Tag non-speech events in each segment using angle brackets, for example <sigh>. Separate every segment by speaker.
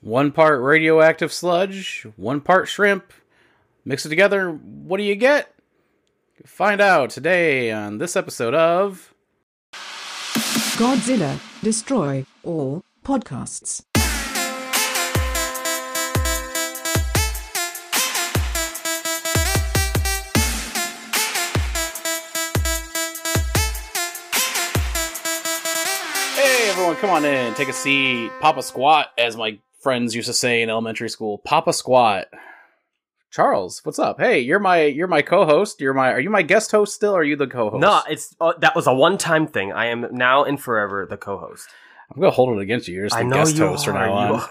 Speaker 1: One part radioactive sludge, one part shrimp. Mix it together, what do you get? Find out today on this episode of.
Speaker 2: Godzilla, Destroy All Podcasts.
Speaker 1: Hey, everyone, come on in, take a seat. Papa squat, as my friends used to say in elementary school. Papa squat. Charles, what's up? Hey, you're my you're my co-host. You're my are you my guest host still? Or are you the co-host?
Speaker 3: No, it's uh, that was a one-time thing. I am now and forever the co-host.
Speaker 1: I'm gonna hold it against you. You're just
Speaker 3: I
Speaker 1: the
Speaker 3: know
Speaker 1: guest
Speaker 3: you
Speaker 1: host
Speaker 3: are.
Speaker 1: from now
Speaker 3: you
Speaker 1: on.
Speaker 3: are.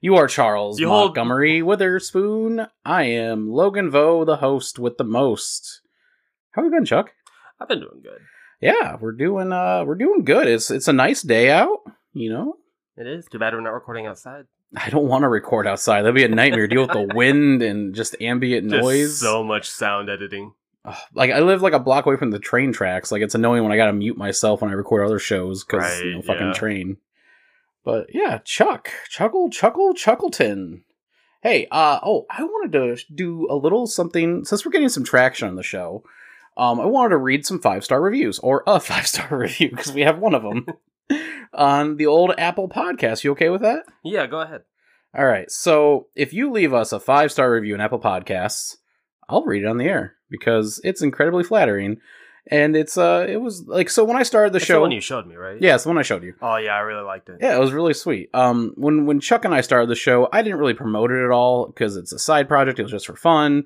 Speaker 1: You are Charles
Speaker 3: You hold-
Speaker 1: Montgomery Witherspoon. I am Logan Vo, the host with the most. How we been, Chuck?
Speaker 3: I've been doing good.
Speaker 1: Yeah, we're doing uh we're doing good. It's it's a nice day out, you know.
Speaker 3: It is too bad we're not recording outside.
Speaker 1: I don't want to record outside. That'd be a nightmare. Deal with
Speaker 3: <laughs>
Speaker 1: the wind and just ambient
Speaker 3: Just
Speaker 1: noise.
Speaker 3: so much sound editing.
Speaker 1: Ugh, <sighs> like I live like a block away from the train tracks. Like it's annoying when I gotta mute myself when I record other shows because you know,
Speaker 3: Right,
Speaker 1: fucking
Speaker 3: yeah.
Speaker 1: train. But yeah, Chuck, Chuckle, Chuckle, Chuckleton. Hey, uh oh, I wanted to do a little something since we're getting some traction on the show. Um, I wanted to read some five star reviews or a <laughs> five star review because we have one of
Speaker 3: <laughs>
Speaker 1: them on the old Apple podcast. You okay with that?
Speaker 3: Yeah, go ahead.
Speaker 1: All right. So if you leave us a five star review in Apple Podcasts, I'll read it on the air because it's incredibly flattering. And it's uh, it was like so when I started the
Speaker 3: It's
Speaker 1: show.
Speaker 3: the one you showed me, right?
Speaker 1: yeah, it's the one I showed you.
Speaker 3: Oh yeah, I really liked it.
Speaker 1: Yeah, it was really sweet. Um, when when Chuck and I started the show, I didn't really promote it at all because it's a side project. It was just for fun.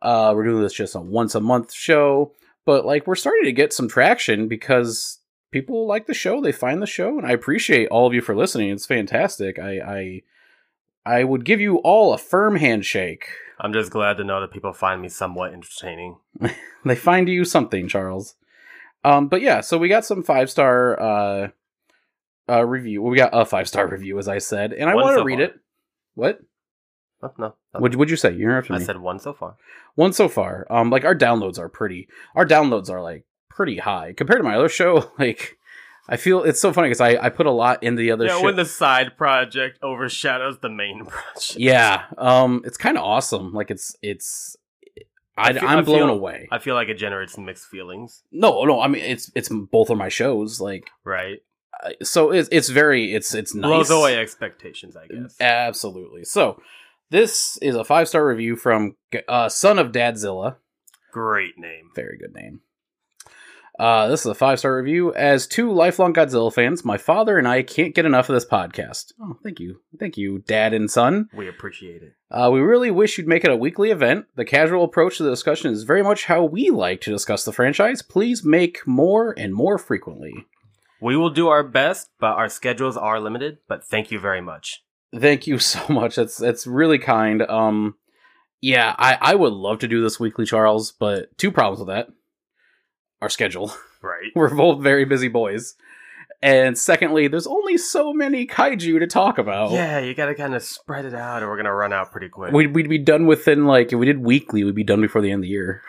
Speaker 1: Uh, we're doing this just a once a month show, but like we're starting to get some traction because people like the show. They find the show, and I appreciate all of you for listening. It's fantastic. I I, I would give you all a firm handshake.
Speaker 3: I'm just glad to know that people find me somewhat entertaining.
Speaker 1: they find you something, Charles. Um, but yeah, so we got some five star uh, uh review. Well, we got a five star review, as I said, and I
Speaker 3: One
Speaker 1: want to
Speaker 3: so
Speaker 1: read
Speaker 3: far.
Speaker 1: it. What?
Speaker 3: Oh, no, no.
Speaker 1: Would would you say? You interrupted
Speaker 3: I
Speaker 1: me.
Speaker 3: said one so far.
Speaker 1: One so far. Um, like our downloads are pretty. Our downloads are like pretty high compared to my other show. <laughs> Like, I feel it's so funny because I I put a lot into the other.
Speaker 3: yeah,
Speaker 1: show.
Speaker 3: when the side project overshadows the main <laughs> project.
Speaker 1: yeah. Um, it's kind of awesome. Like it's it's. I,
Speaker 3: I feel-
Speaker 1: I'm
Speaker 3: I
Speaker 1: blown
Speaker 3: feel-
Speaker 1: away.
Speaker 3: I feel like it generates mixed feelings,
Speaker 1: no, no. I mean, it's it's both of my shows. Like,
Speaker 3: right?
Speaker 1: I- so it's it's very it's it's nice.
Speaker 3: Blows away expectations, I guess.
Speaker 1: Absolutely. So, this is a five star review from uh, Son of Dadzilla.
Speaker 3: Great name.
Speaker 1: Very good name. Uh, this is a five star review. As two lifelong Godzilla fans, my father and I can't get enough of this podcast. Oh, thank you. Thank you, dad and son.
Speaker 3: We appreciate it.
Speaker 1: Uh, we really wish you'd make it a weekly event. The casual approach to the discussion is very much how we like to discuss the franchise. Please make more and more frequently.
Speaker 3: We will do our best, but our schedules are limited. But thank you very much.
Speaker 1: Thank you <laughs> so much. That's that's really kind. Um, yeah, I, I would love to do this weekly, Charles, but two problems with that. Our schedule. <laughs>
Speaker 3: Right.
Speaker 1: we're both very busy boys. And secondly, there's only so many kaiju to talk about.
Speaker 3: Yeah, you gotta kind of spread it out, or we're gonna run out pretty quick.
Speaker 1: We'd, we'd be done within, like, if we did weekly, we'd be done before the end of the year.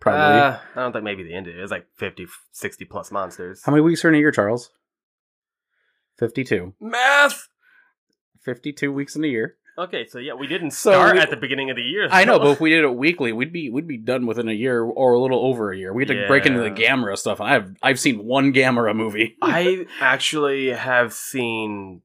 Speaker 1: Probably.
Speaker 3: Uh, I don't think maybe the end of it. It's like 50, 60 plus monsters.
Speaker 1: How many weeks are in a year, Charles? 52.
Speaker 3: Math.
Speaker 1: 52 weeks in a year.
Speaker 3: Okay, so yeah, we didn't
Speaker 1: So
Speaker 3: start
Speaker 1: we-
Speaker 3: at the beginning of the year.
Speaker 1: I know,
Speaker 3: so-
Speaker 1: but
Speaker 3: <laughs>
Speaker 1: if we did it weekly, we'd be we'd be done within a year or a little over a year. We had to break into the
Speaker 3: Yeah.
Speaker 1: Gamera stuff, and I've I've seen one Gamera movie.
Speaker 3: I actually have seen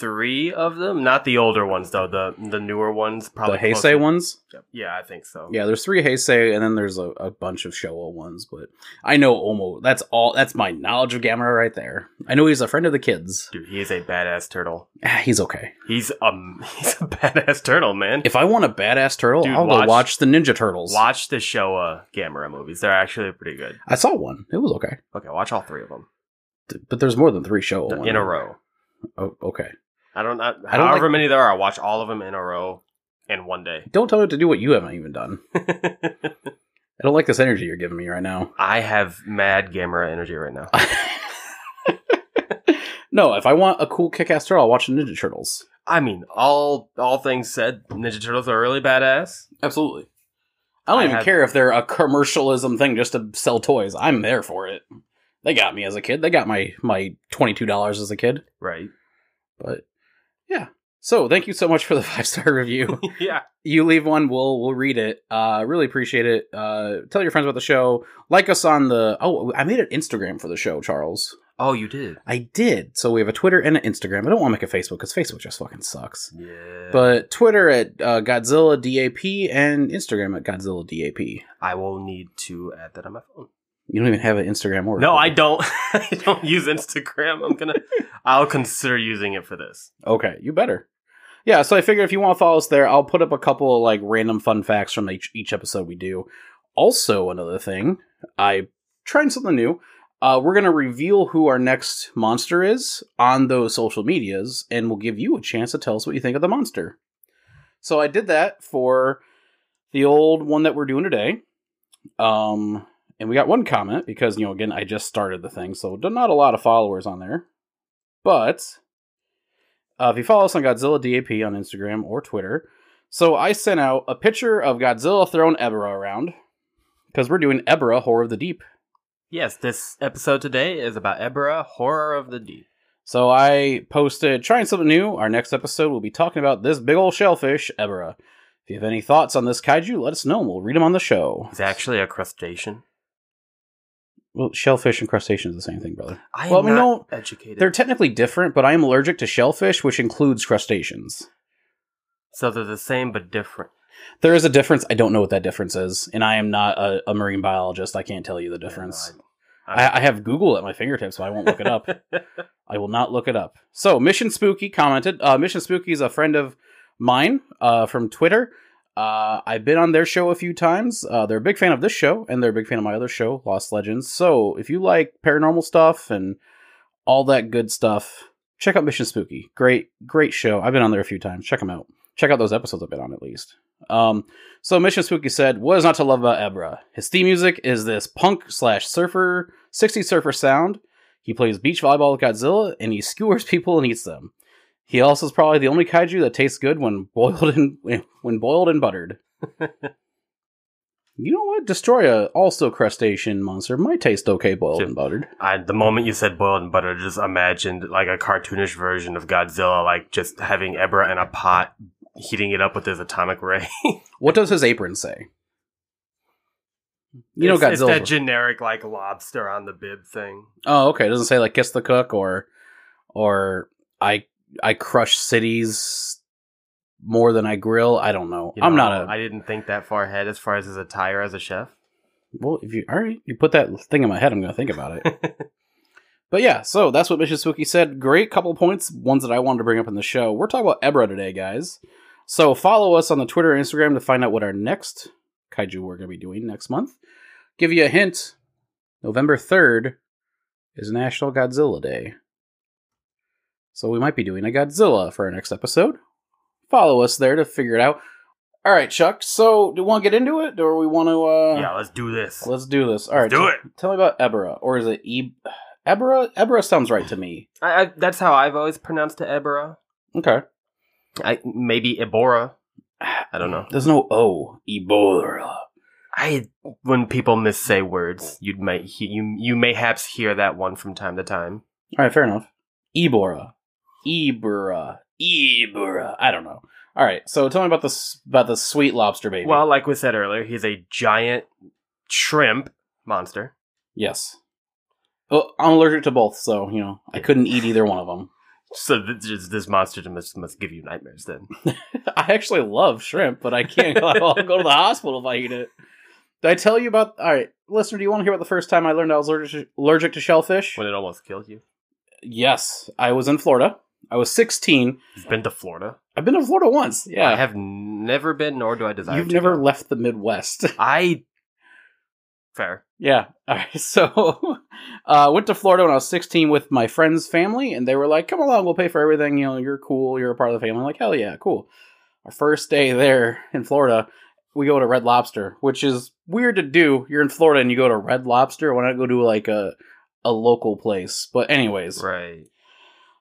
Speaker 3: three of them. Not the older ones though. The the newer ones,
Speaker 1: the
Speaker 3: <laughs> probably
Speaker 1: Heisei
Speaker 3: closer.
Speaker 1: ones.
Speaker 3: Yeah, I think so.
Speaker 1: Yeah, there's three Heisei, and then there's a, a bunch of Showa ones. But I know Omo. That's all. That's my knowledge of Gamera right there. I know he's a friend of the kids.
Speaker 3: Dude, he is a badass turtle.
Speaker 1: Ah, He's okay.
Speaker 3: He's um <laughs> he's a badass turtle, man.
Speaker 1: If I want a badass turtle,
Speaker 3: Dude,
Speaker 1: I'll go
Speaker 3: watch-
Speaker 1: watch the Ninja Turtles.
Speaker 3: Watch the Showa Gamera movies. They're actually pretty good.
Speaker 1: I saw one. It was okay.
Speaker 3: Okay, watch all three of them
Speaker 1: Th- But there's more than three Showa ones
Speaker 3: in a row.
Speaker 1: Oh, okay.
Speaker 3: I don't know.
Speaker 1: I don't
Speaker 3: However
Speaker 1: like-
Speaker 3: many there are, I watch all of them in a row in one <laughs> day.
Speaker 1: Don't tell me to do what you haven't even done. I don't like this energy you're giving me right now.
Speaker 3: I have mad Gamera energy right now.
Speaker 1: <laughs> no, if I want a cool kick-ass turtle, I'll watch the Ninja Turtles.
Speaker 3: I mean, all all things said, Ninja Turtles are really badass.
Speaker 1: Absolutely. I don't
Speaker 3: I
Speaker 1: even
Speaker 3: have-
Speaker 1: care if they're a commercialism thing just to sell toys. I'm there for it. They got me as a kid. They got my my twenty two dollars as a kid.
Speaker 3: Right.
Speaker 1: But yeah, So thank you so much for the <laughs> five star
Speaker 3: <laughs>
Speaker 1: review.
Speaker 3: <laughs> yeah.
Speaker 1: you leave one, we'll we'll read it. Uh, really appreciate it. Uh, tell your friends about the show. Like us on the. Oh, I made an Instagram for the show, Charles.
Speaker 3: Oh, you did.
Speaker 1: I did. So we have a Twitter and an Instagram. I don't want to make a Facebook because Facebook just fucking sucks.
Speaker 3: Yeah.
Speaker 1: But Twitter at uh, Godzilla DAP and Instagram at Godzilla DAP.
Speaker 3: I will need to add that on my phone.
Speaker 1: You don't even have an Instagram or a
Speaker 3: No, I
Speaker 1: Twitter.
Speaker 3: don't. <laughs> I don't use Instagram. I'm <laughs> gonna. I'll consider using it for this.
Speaker 1: Okay, you better. Yeah, so I figure if you want to follow us there, I'll put up a couple of like random fun facts from each, each episode we do. Also, another thing, I trying something new. Uh, we're gonna reveal who our next monster is on those social medias, and we'll give you a chance to tell us what you think of the monster. So I did that for the old one that we're doing today. Um, and we got one comment because you know again I just started the thing, so not a lot of followers on there, but uh, if you follow us on Godzilla DAP on Instagram or Twitter. So I sent out a picture of Godzilla throwing Ebra around because we're doing Ebra Horror of the Deep.
Speaker 3: Yes, this episode today is about Ebra, horror of the deep.
Speaker 1: So I posted trying something new. Our next episode will be talking about this big old shellfish, Ebra. If you have any thoughts on this kaiju, let us know and we'll read them on the show.
Speaker 3: It's actually a crustacean.
Speaker 1: Well, shellfish and crustacean is the same thing, brother.
Speaker 3: I am
Speaker 1: Well, we
Speaker 3: not
Speaker 1: know
Speaker 3: educated.
Speaker 1: They're technically different, but I am allergic to shellfish, which includes crustaceans.
Speaker 3: so they're the same but different.
Speaker 1: There is a difference. I don't know what that difference is, and I am not a, a marine biologist. I can't tell you the
Speaker 3: Yeah, no,
Speaker 1: difference.
Speaker 3: I- I-
Speaker 1: I, I have Google at my fingertips, so I won't look it
Speaker 3: <laughs>
Speaker 1: up. I will not look it up. So, Mission Spooky commented. Uh, Mission Spooky is a friend of mine uh, from Twitter. Uh, I've been on their show a few times. Uh, they're a big fan of this show, and they're a big fan of my other show, Lost Legends. So, if you like paranormal stuff and all that good stuff, check out Mission Spooky. Great, great show. I've been on there a few times. Check them out. Check out those episodes I've been on at least. Um, so Mission Spooky said, "What is not to love about Ebra? His theme music is this punk slash surfer, 60s surfer sound. He plays beach volleyball with Godzilla, and he <laughs> skewers people and eats them. He also is probably the only kaiju that tastes good when boiled and <laughs> when boiled and buttered. you know what? Destroy a also crustacean monster might taste okay boiled and buttered.
Speaker 3: I, the moment you said boiled and butter, I just imagined like a cartoonish version of Godzilla, like just having Ebra in a pot, heating it up with his atomic ray.
Speaker 1: What does his apron say? <laughs> You know
Speaker 3: It's- It's
Speaker 1: Godzilla.
Speaker 3: that generic like lobster on the bib thing.
Speaker 1: oh, okay. It doesn't say like kiss the cook or or I I crush cities more than I grill. I don't know.
Speaker 3: You
Speaker 1: I'm
Speaker 3: know,
Speaker 1: not a
Speaker 3: I didn't think that far ahead as far as his attire as a chef. <laughs>
Speaker 1: well. If you all right, you put that thing in my head. I'm gonna think about it. but yeah, so that's what Mission Spooky said. Great couple points. Ones that I wanted to bring up in the show. We're talking about Ebra today, guys. So follow us on the Twitter and Instagram to find out what our next kaiju we're gonna be doing next month. Give you a hint. November 3rd is National Godzilla Day. So we might be doing a Godzilla for our next episode. Follow us there to figure it out. All right, Chuck. So, do we want to get into it or we want to uh
Speaker 3: yeah, let's do this.
Speaker 1: Let's do this. All right.
Speaker 3: do it.
Speaker 1: t- Tell me about Ebra or is it E Ebra? Ebra sounds right to me.
Speaker 3: I, I, that's how I've always pronounced it, Ebra.
Speaker 1: Okay.
Speaker 3: I maybe Ebora. I don't know.
Speaker 1: There's no O. Ebola.
Speaker 3: I when people missay words, you might he, you you mayhaps hear that one from time to time.
Speaker 1: All right, fair enough. Ebora, Ebora, Ebora. I don't know. All right, so tell me about this about the sweet lobster baby.
Speaker 3: Well, like we said earlier, he's a giant shrimp monster.
Speaker 1: yes. Well, I'm allergic to both, so you know I couldn't eat either one of them.
Speaker 3: So this, is- this monster must must give you nightmares. Then
Speaker 1: <laughs> I actually love shrimp, but I can't. <laughs> I'll go to the hospital if I eat it. Did I tell you about? All right, listener, do you want to hear about the first time I learned I was allergic allergic to shellfish?
Speaker 3: when it almost killed you,
Speaker 1: Yes, I was in Florida. I was 16.
Speaker 3: you've been to Florida.
Speaker 1: I've been to Florida once.
Speaker 3: I
Speaker 1: Yeah,
Speaker 3: have never been, nor do I desire.
Speaker 1: you've
Speaker 3: to
Speaker 1: never
Speaker 3: go.
Speaker 1: left the Midwest. <laughs>
Speaker 3: I fair.
Speaker 1: Yeah. All right. <laughs> So, uh, went to Florida when I was 16 with my friend's family, and they were like, "Come along, we'll pay for everything. You know, you're cool. You're a part of the family." I'm like, hell yeah, cool. Our first day there in Florida, we go to Red Lobster, which is weird to do. You're in Florida and you go to Red Lobster. Why not go to like a a local place? But anyways,
Speaker 3: Right.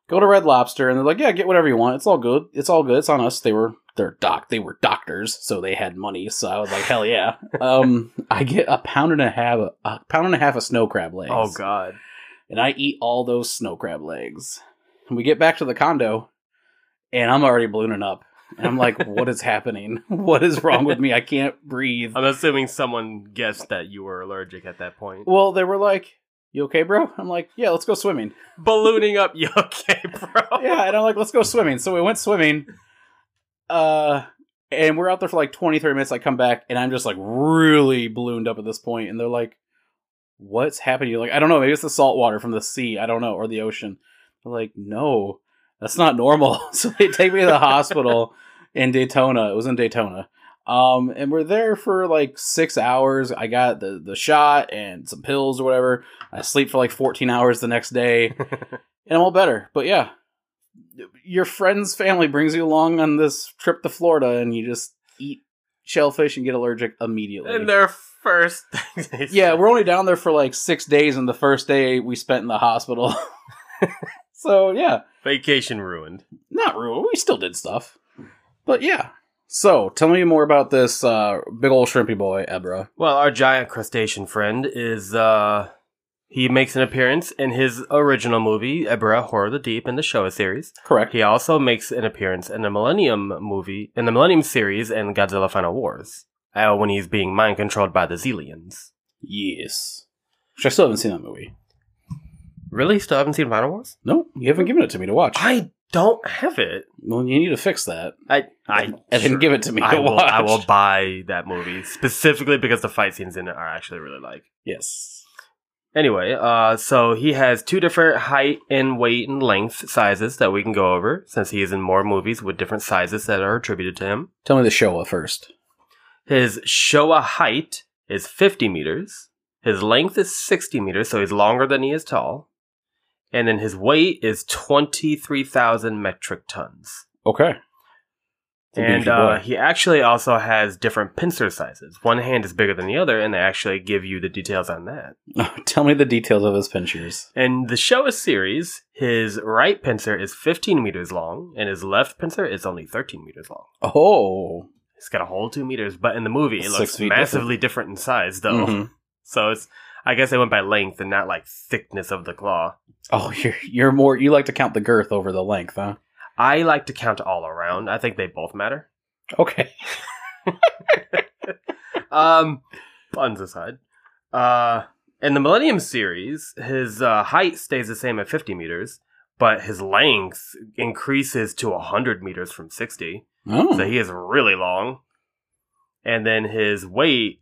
Speaker 1: go to Red Lobster, and they're like, "Yeah, get whatever you want. It's all good. It's all good. It's on us." They were they're doc they were doctors, so they had money. So I was like, "Hell yeah!"
Speaker 3: <laughs>
Speaker 1: um, I get a pound and a half a pound and a half of snow crab legs.
Speaker 3: Oh God.
Speaker 1: And I eat all those snow crab legs. And we get back to the condo, and I'm already ballooning up. And I'm like, what is happening? <laughs> What is wrong with me? I can't
Speaker 3: <laughs>
Speaker 1: breathe.
Speaker 3: I'm assuming someone guessed that you were allergic at that point.
Speaker 1: Well, they were like, you okay, bro? I'm like, yeah, let's go swimming.
Speaker 3: Ballooning up, <laughs> you okay,
Speaker 1: <laughs>
Speaker 3: bro?
Speaker 1: Yeah, and I'm like, let's go swimming. So we went swimming. Uh, and we're out there for like 20, 30 minutes. I come back and I'm just like really ballooned up at this point, And they're like, what's happening? You're like, I don't know. Maybe it's the salt water from the sea. I don't know. Or the ocean. They're like, no, that's not normal. <laughs> so they take me to the hospital in Daytona. It was in Daytona. Um, and we're there for like six hours. I got the, the shot and some pills or whatever. I sleep for like 14 hours the next day and I'm all better. But yeah, your friend's family brings you along on this trip to Florida, and you just eat shellfish and get allergic immediately.
Speaker 3: and their first <laughs> thing they
Speaker 1: yeah,
Speaker 3: said-
Speaker 1: we're only down there for like six days, and the first day we spent in the hospital. <laughs> so yeah,
Speaker 3: vacation ruined.
Speaker 1: not ruined. We still did stuff, but yeah. So tell me more about this uh, big old shrimpy boy, Ebra.
Speaker 3: Well, our giant crustacean friend is uh he makes an appearance in his original movie, Ebra Horror of the Deep in the Showa series.
Speaker 1: Correct.
Speaker 3: He also makes an appearance in the Millennium movie in the Millennium series and Godzilla Final Wars. Uh, when he's being mind controlled by the Zelians.
Speaker 1: Yes. Which I still haven't seen that movie.
Speaker 3: Really? Still haven't seen Final Wars?
Speaker 1: No, you haven't given it to me to watch.
Speaker 3: I don't have it.
Speaker 1: well, you need to fix that.
Speaker 3: I I
Speaker 1: and then give it to me
Speaker 3: I
Speaker 1: to
Speaker 3: will,
Speaker 1: watch.
Speaker 3: I will buy that movie specifically because the fight scenes in it are actually really like.
Speaker 1: Yes.
Speaker 3: Anyway, uh, so he has two different height and weight and length sizes that we can go over since he is in more movies with different sizes that are attributed to him.
Speaker 1: Tell me the Showa first.
Speaker 3: His Showa height is 50 meters. His length is 60 meters, so he's longer than he is tall. And then his weight is 23,000 metric tons.
Speaker 1: Okay. It's a
Speaker 3: And
Speaker 1: beefy
Speaker 3: uh,
Speaker 1: boy.
Speaker 3: he actually also has different pincer sizes. One hand is bigger than the other, and they actually give you the details on
Speaker 1: <laughs>
Speaker 3: that.
Speaker 1: Tell me the details of his pinchers.
Speaker 3: In the Showa series, his right pincer is 15 meters long, and his left pincer is only 13 meters long.
Speaker 1: Oh,
Speaker 3: It's got a whole two meters, but in the movie, it
Speaker 1: Six
Speaker 3: looks
Speaker 1: feet
Speaker 3: massively different. in size, though.
Speaker 1: Mhm.
Speaker 3: <laughs> So it's, I guess they went by length and not like thickness of the claw.
Speaker 1: oh, <laughs> you're you're more. You like to count the girth over the length, huh?
Speaker 3: I like to count all around. I think they both matter.
Speaker 1: Okay.
Speaker 3: Um, puns aside, uh, in the Millennium series, his uh, height stays the same at 50 meters, but his length increases to 100 meters from 60.
Speaker 1: Oh,
Speaker 3: So he is really long. And then his weight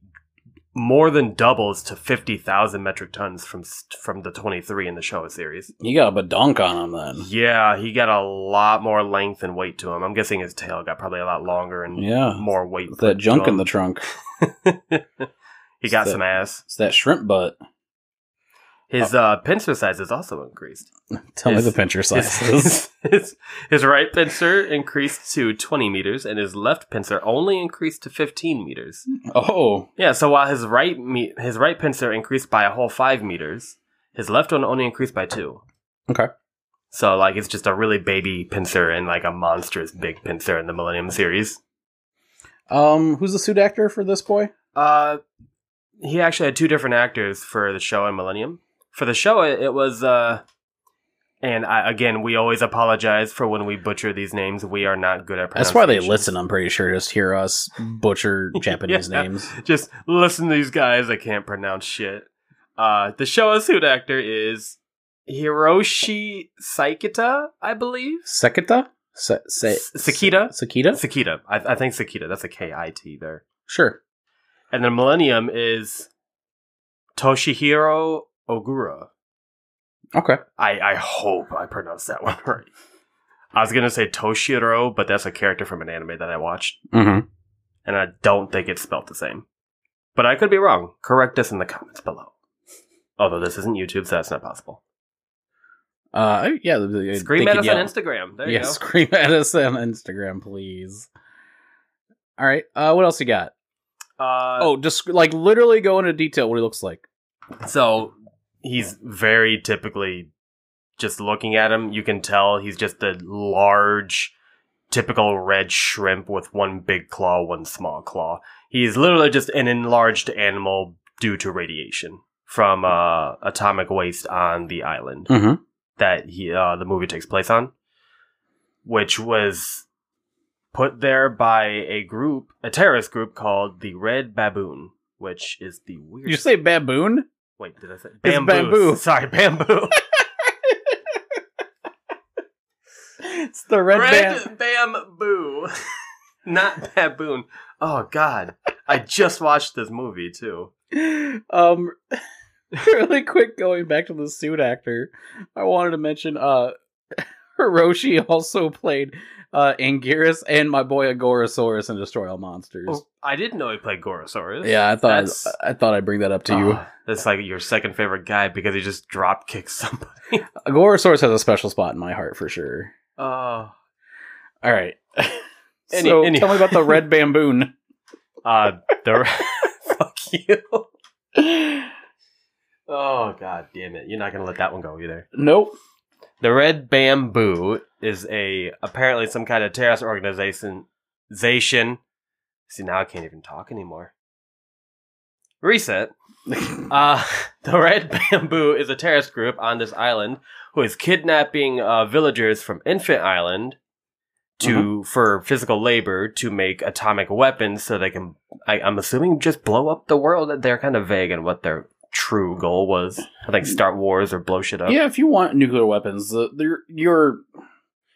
Speaker 3: more than doubles to 50,000 metric tons from s- from the 23 in the Showa series.
Speaker 1: you got a badonk on him then.
Speaker 3: Yeah, he got a lot more length and weight to him. I'm guessing his tail got probably a lot longer and
Speaker 1: Yeah,
Speaker 3: more weight.
Speaker 1: It's that junk in the trunk.
Speaker 3: <laughs> he got
Speaker 1: That-
Speaker 3: some ass.
Speaker 1: It's that shrimp butt.
Speaker 3: His
Speaker 1: Oh.
Speaker 3: uh, pincer size is also increased.
Speaker 1: <laughs> Tell
Speaker 3: His-
Speaker 1: me the pincher
Speaker 3: His,
Speaker 1: <laughs> sizes.
Speaker 3: his, his, his right pincer increased to 20 meters, and his left pincer only increased to 15 meters.
Speaker 1: oh,
Speaker 3: Yeah, so while his right me- his right pincer increased by a whole five meters, his left one only increased by two.
Speaker 1: Okay.
Speaker 3: So like it's just a really baby pincer and like a monstrous big pincer in the Millennium series.
Speaker 1: um, who's the suit actor for this boy?
Speaker 3: Uh, he actually had two different actors for the show and Millennium. For the show, it, it was uh, and I, again we always apologize for when we butcher these names. We are not good at
Speaker 1: That's why they
Speaker 3: pronunciations.
Speaker 1: listen. I'm pretty sure just hear us
Speaker 3: <laughs>
Speaker 1: butcher Japanese names.
Speaker 3: Just listen to these guys. I can't pronounce shit. Uh, the Showa suit actor is Hiroshi Saikita, I believe.
Speaker 1: Sekita. Se- se-
Speaker 3: S- Sakita?
Speaker 1: Sakita.
Speaker 3: Sakita. I, I think Sakita. That's a K I T there.
Speaker 1: Sure.
Speaker 3: And then Millennium is Toshihiro Ogura.
Speaker 1: Okay.
Speaker 3: I, I hope I pronounced that <laughs> one right. I was gonna say Toshiro, but that's a character from an anime that I watched,
Speaker 1: Mm-hmm.
Speaker 3: and I don't think it's spelled the same. But I could be wrong. Correct us in the comments below. Although this isn't YouTube, so that's not possible.
Speaker 1: Uh, yeah. the- the-
Speaker 3: Scream
Speaker 1: they
Speaker 3: at
Speaker 1: could
Speaker 3: us on
Speaker 1: yell.
Speaker 3: Instagram. There
Speaker 1: yeah,
Speaker 3: you go.
Speaker 1: scream at us on Instagram, please. All right. Uh, what else you got?
Speaker 3: Uh,
Speaker 1: Oh, just like literally go into detail what he looks like.
Speaker 3: so he's very typically just looking at him. You can tell he's just a large, typical red shrimp with one big claw, one small claw. He's literally just an enlarged animal due to radiation from uh, atomic waste on the island
Speaker 1: Mm-hmm.
Speaker 3: that he uh, the movie takes place on. which was put there by a group, a terrorist group called the Red Baboon, which is the
Speaker 1: Did
Speaker 3: weirdest.
Speaker 1: you say baboon? <laughs>
Speaker 3: Wait, did I say
Speaker 1: It's
Speaker 3: bamboo?
Speaker 1: bamboo.
Speaker 3: Sorry, bamboo.
Speaker 1: It's the <laughs> red, band.
Speaker 3: bamboo, <laughs> not baboon. Oh God, I just watched this movie too.
Speaker 1: um <laughs> really quick going back to the suit actor i wanted to mention uh <laughs> hiroshi also played uh anguirus and my boy agorosaurus in destroy all monsters
Speaker 3: Oh, I didn't know he played Gorosaurus.
Speaker 1: yeah i thought
Speaker 3: that's-
Speaker 1: I, thought i'd bring that up to you
Speaker 3: Oh, that's like your second favorite guy because he just drop kicks somebody.
Speaker 1: agorosaurus has a special spot in my heart for sure
Speaker 3: Oh,
Speaker 1: all right <laughs>
Speaker 3: Any-
Speaker 1: so
Speaker 3: any-
Speaker 1: tell me about the
Speaker 3: <laughs>
Speaker 1: red bamboon
Speaker 3: uh, <laughs> the fuck you. Oh God, damn it! You're not gonna let that one go either.
Speaker 1: nope
Speaker 3: The Red Bamboo is a apparently some kind of terrorist organization. Zation. See, now I can't even talk anymore. Reset. Uh, <laughs> the Red Bamboo is a terrorist group on this island who is kidnapping uh, villagers from Infant Island to for physical labor to make atomic weapons so they can. I, I'm assuming just blow up the world. They're kind of vague on what their true goal was. I think start wars or blow shit up.
Speaker 1: yeah if you want nuclear weapons the, they're, you're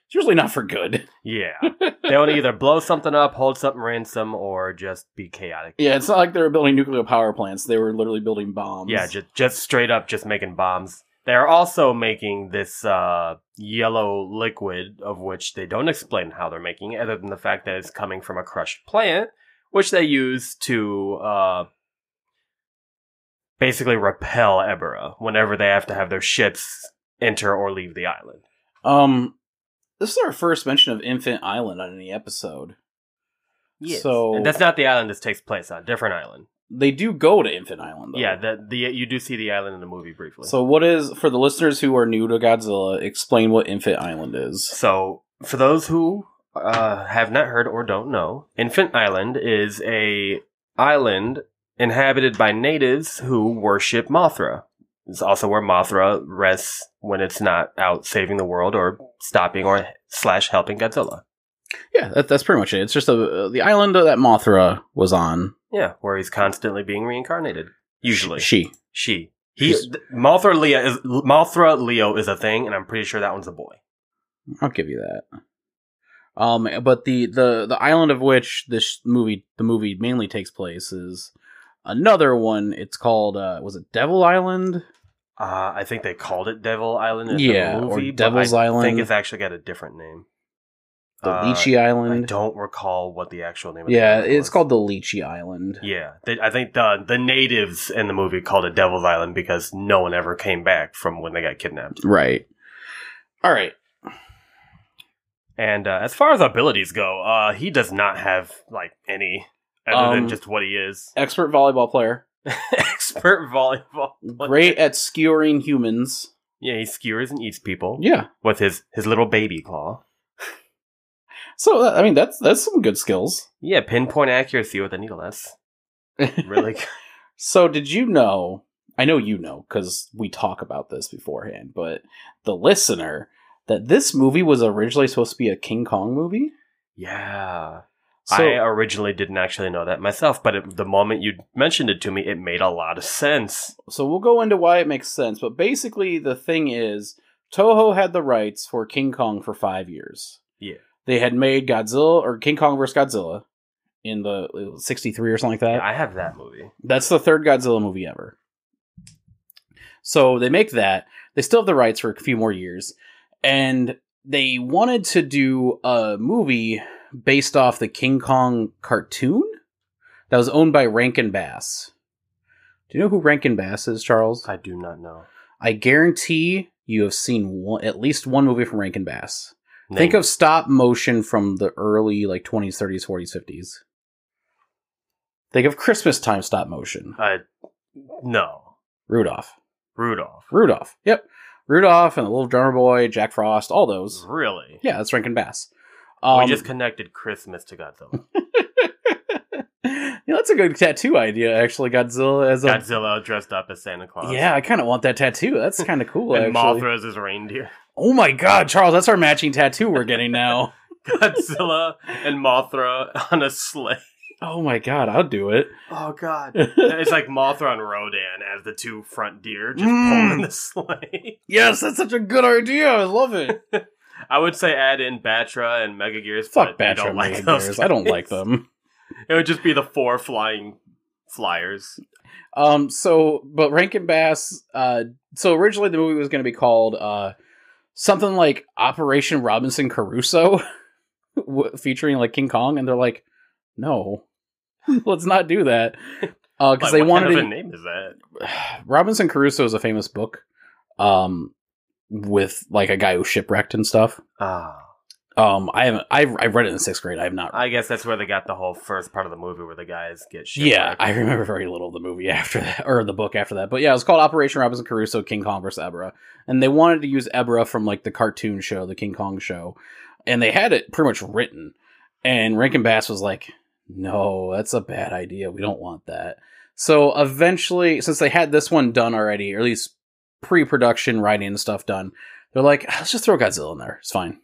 Speaker 1: it's usually not for good
Speaker 3: Yeah. they want to either blow something up, hold something ransom, or just be chaotic.
Speaker 1: Yeah, it's not like they were building nuclear power plants. They were literally building bombs.
Speaker 3: Yeah, just just straight up just making bombs. They're also making this uh, yellow liquid of which they don't explain how they're making it, other than the fact that it's coming from a crushed plant, which they use to uh, basically repel Ebera whenever they have to have their ships enter or leave the island.
Speaker 1: um, this is our first mention of Infant Island on any episode. So-
Speaker 3: and that's not the island this takes place on, different island.
Speaker 1: They do go to Infant Island. Though.
Speaker 3: Yeah, the, the you do see the island in the movie briefly.
Speaker 1: So what is for the listeners who are new to Godzilla? Explain what Infant Island is.
Speaker 3: So, for those who uh, have not heard or don't know, Infant Island is a island inhabited by natives who worship Mothra. It's also where Mothra rests when it's not out saving the world or stopping or slash helping Godzilla.
Speaker 1: Yeah, that, that's pretty much it. It's just a, the island that Mothra was on.
Speaker 3: Yeah, where he's constantly being reincarnated. Usually, she.
Speaker 1: She.
Speaker 3: He
Speaker 1: She's-
Speaker 3: th- Mothra Leo is Mothra Leo is a thing, and I'm pretty sure that one's a boy.
Speaker 1: I'll give you that. Um, but the the the island of which this movie the movie mainly takes place is another one. It's called uh, was it Devil Island?
Speaker 3: Uh, I think they called it Devil Island in
Speaker 1: Yeah,
Speaker 3: the
Speaker 1: or
Speaker 3: movie. but
Speaker 1: Devil's
Speaker 3: I
Speaker 1: Island.
Speaker 3: think it's actually got a different name.
Speaker 1: The
Speaker 3: Uh,
Speaker 1: Lychee
Speaker 3: I
Speaker 1: Island.
Speaker 3: don't recall what the actual name. of the
Speaker 1: Yeah,
Speaker 3: island
Speaker 1: it's
Speaker 3: was.
Speaker 1: called the Lychee Island.
Speaker 3: Yeah, they, I think the the natives in the movie called it Devil's Island because no one ever came back from when they got kidnapped.
Speaker 1: Right. All right.
Speaker 3: And uh, as far as abilities go, uh, he does not have like any other
Speaker 1: Um,
Speaker 3: than just what he is. <laughs>
Speaker 1: Expert volleyball player.
Speaker 3: Expert volleyball.
Speaker 1: Great at skewering humans.
Speaker 3: Yeah, he skewers and eats people
Speaker 1: Yeah.
Speaker 3: with his his little baby claw.
Speaker 1: So that- I mean that's that's some good skills.
Speaker 3: Yeah, pinpoint accuracy with a needle. That's
Speaker 1: <laughs>
Speaker 3: really good.
Speaker 1: so did you know? I know you know because we talk about this beforehand, but the listener that this movie was originally supposed to be a King Kong movie.
Speaker 3: Yeah.
Speaker 1: So
Speaker 3: I originally didn't actually know that myself, but it, the moment you mentioned it to me, it made a lot of sense.
Speaker 1: so we'll go into why it makes sense. But basically, the thing is, Toho had the rights for King Kong for five years.
Speaker 3: Yeah.
Speaker 1: they had made Godzilla or King Kong vs. Godzilla in the '63 or something like that.
Speaker 3: I have that movie.
Speaker 1: That's the third Godzilla movie ever. So they make that. They still have the rights for a few more years. And they wanted to do a movie based off the King Kong cartoon that was owned by Rankin Bass. Do you know who Rankin Bass is, Charles?
Speaker 3: I do not know.
Speaker 1: I guarantee you have seen one, at least one movie from Rankin Bass.
Speaker 3: Name
Speaker 1: Think
Speaker 3: it.
Speaker 1: of stop motion from the early like 20s, 30s, 40s, 50s. Think of Christmas time stop motion.
Speaker 3: Uh, no.
Speaker 1: Rudolph.
Speaker 3: Rudolph.
Speaker 1: Rudolph. Yep. Rudolph and the little drummer boy, Jack Frost, all those.
Speaker 3: Really?
Speaker 1: Yeah, that's Rankin Bass.
Speaker 3: Mm. we
Speaker 1: Um,
Speaker 3: just connected Christmas to Godzilla.
Speaker 1: <laughs> yeah, that's a good tattoo idea, actually. Godzilla as a
Speaker 3: Godzilla dressed up as Santa Claus. <laughs>
Speaker 1: yeah, I kind of want that tattoo. That's kind of cool.
Speaker 3: And
Speaker 1: actually.
Speaker 3: Mothra as his reindeer. <laughs>
Speaker 1: Oh my God, Charles, that's our matching tattoo we're getting
Speaker 3: <laughs>
Speaker 1: now.
Speaker 3: Godzilla and Mothra on a sleigh.
Speaker 1: oh my God, I'll do it.
Speaker 3: Oh
Speaker 1: <laughs>
Speaker 3: god. it's like Mothra and Rodan as the two front deer just pulling
Speaker 1: Mm.
Speaker 3: the sleigh. <laughs>
Speaker 1: yes, that's such a good idea. I love it.
Speaker 3: I would say add in Batra and Mega
Speaker 1: <laughs>
Speaker 3: Gears.
Speaker 1: Fuck
Speaker 3: but I
Speaker 1: Batra
Speaker 3: don't like
Speaker 1: Mega
Speaker 3: those
Speaker 1: Gears. I don't like
Speaker 3: guys.
Speaker 1: them.
Speaker 3: <laughs> It would just be the four flying flyers.
Speaker 1: Um, so, but Rankin Bass, uh, so originally the movie was going to be called, uh, something like Operation Robinson Caruso, <laughs> w- featuring like King Kong, and they're like, no, <laughs> let's not do that. Uh, because
Speaker 3: Like,
Speaker 1: they
Speaker 3: what
Speaker 1: wanted
Speaker 3: kind of
Speaker 1: to-
Speaker 3: a name is that?
Speaker 1: Robinson Crusoe is a famous book, um, with like a guy who shipwrecked and stuff.
Speaker 3: Ah.
Speaker 1: Um, I haven't. I I read it in sixth grade. I have not.
Speaker 3: I guess that's where they got the whole first part of the movie where the guys get shit.
Speaker 1: yeah, I remember very little of the movie <laughs> after that, or the book after that. But yeah, it was called Operation Robinson Crusoe: King Kong vs. Ebra, and they wanted to use Ebra from like the cartoon show, the King Kong show, and they had it pretty much written. And Rankin Bass was like, "No, that's a bad idea. We don't want that." So eventually, since they had this one done already, or at least pre-production writing and stuff done, they're like, "Ah, "Let's just throw Godzilla in there. It's fine."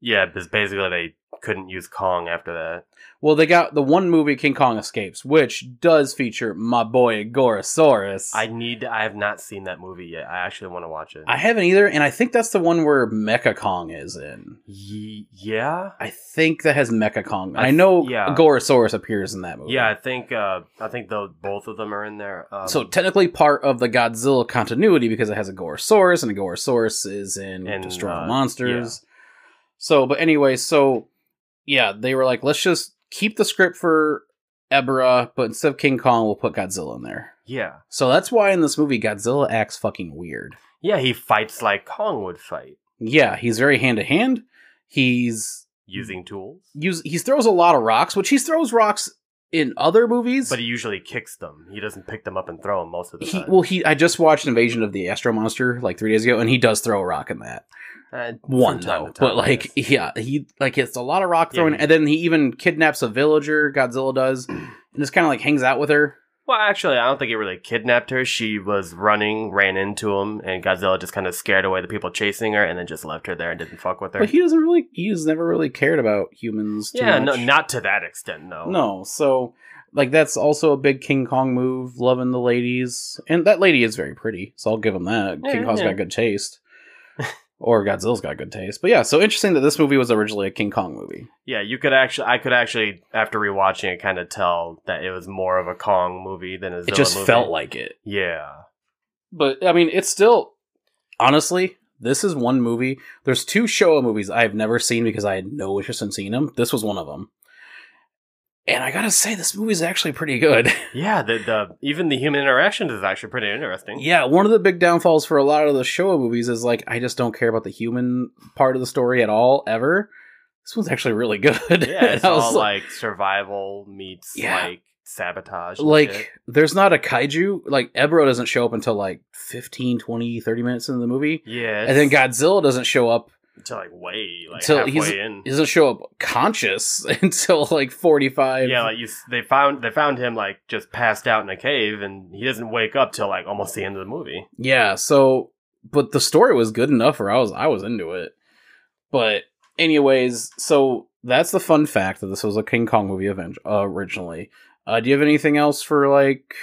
Speaker 3: Yeah, because basically they couldn't use Kong after that.
Speaker 1: Well, they got the one movie King Kong Escapes, which does feature my boy Gorosaurus.
Speaker 3: I need. I have not seen that movie yet. I actually want to watch it.
Speaker 1: I haven't either, and I think that's the one where Mecha Kong is in.
Speaker 3: Ye- yeah,
Speaker 1: I think that has Mecha Kong.
Speaker 3: I
Speaker 1: I,
Speaker 3: th-
Speaker 1: know
Speaker 3: yeah.
Speaker 1: Gorosaurus appears in that movie.
Speaker 3: yeah. I think. Uh, I think the both of them are in there. Um,
Speaker 1: so technically part of the Godzilla continuity because it has a Gorosaurus, and a Gorosaurus is in
Speaker 3: And,
Speaker 1: Destroy
Speaker 3: uh,
Speaker 1: All Monsters. So, but anyway, so yeah, they were like, let's just keep the script for Ebra, but instead of King Kong, we'll put Godzilla in there.
Speaker 3: yeah,
Speaker 1: So that's why in this movie, Godzilla acts fucking weird.
Speaker 3: yeah. He fights like Kong would fight
Speaker 1: Yeah, he's very hand to hand. He's
Speaker 3: using
Speaker 1: Mm.
Speaker 3: tools,
Speaker 1: use he throws a lot of rocks, which he throws rocks in other movies.
Speaker 3: but he usually kicks them. He doesn't pick them up and throw them most of the
Speaker 1: he
Speaker 3: time.
Speaker 1: well he I just watched Invasion of the Astro Monster like three days ago, and he does throw a rock in that
Speaker 3: Uh, from
Speaker 1: one
Speaker 3: time
Speaker 1: though.
Speaker 3: to time,
Speaker 1: but
Speaker 3: I
Speaker 1: like
Speaker 3: guess.
Speaker 1: yeah, he like it's a lot of rock
Speaker 3: Yeah,
Speaker 1: throwing,
Speaker 3: he-
Speaker 1: and then he even kidnaps a villager. Godzilla does,
Speaker 3: <clears throat>
Speaker 1: and just kind of like hangs out with her.
Speaker 3: well, actually, I don't think he really kidnapped her. She was running, ran into him, and Godzilla just kind of scared away the people chasing her, and then just left her there and didn't fuck with her.
Speaker 1: But he doesn't really he's never really cared about humans. Too
Speaker 3: yeah, no,
Speaker 1: much.
Speaker 3: not to that extent, no.
Speaker 1: No, so like that's also a big King Kong move, loving the ladies, and that lady is very pretty, so I'll give him that.
Speaker 3: Yeah,
Speaker 1: King Kong's
Speaker 3: yeah.
Speaker 1: got good
Speaker 3: <laughs>
Speaker 1: taste, or Godzilla's got good taste. But yeah, so interesting that this movie was originally a King Kong movie.
Speaker 3: Yeah, you could actually. I could actually, after rewatching it, kind of tell that it was more of a Kong movie than a Zilla
Speaker 1: it just
Speaker 3: movie.
Speaker 1: felt like it,
Speaker 3: Yeah,
Speaker 1: but I mean, it's still honestly. This is one movie. There's two Showa movies I've never seen because I had no interest in seeing them. This was one of them. And I gotta say, this movie's actually pretty good. <laughs>
Speaker 3: yeah. The, the even the human interaction is actually pretty interesting.
Speaker 1: Yeah, one of the big downfalls for a lot of the Showa movies is like I just don't care about the human part of the story at all ever. This one's actually really good.
Speaker 3: yeah.
Speaker 1: And <laughs>
Speaker 3: It's
Speaker 1: I was
Speaker 3: all
Speaker 1: like,
Speaker 3: like, survival meets
Speaker 1: Yeah.
Speaker 3: like sabotage. and
Speaker 1: like,
Speaker 3: shit.
Speaker 1: there's not a kaiju. Like Ebro doesn't show up until like 15, 20, 30 minutes into the movie.
Speaker 3: yeah,
Speaker 1: And then Godzilla doesn't show up.
Speaker 3: to like way like
Speaker 1: till
Speaker 3: halfway
Speaker 1: he's-
Speaker 3: in.
Speaker 1: He doesn't show up conscious <laughs> until like 45.
Speaker 3: yeah, like you, s- they found they found him like just passed out in a cave, and he doesn't wake up till like almost the end of the movie.
Speaker 1: Yeah, so but the story was good enough where I was I was into it. But anyways, so that's the fun fact that this was a King Kong movie event, uh, originally. Uh, do you have anything else for like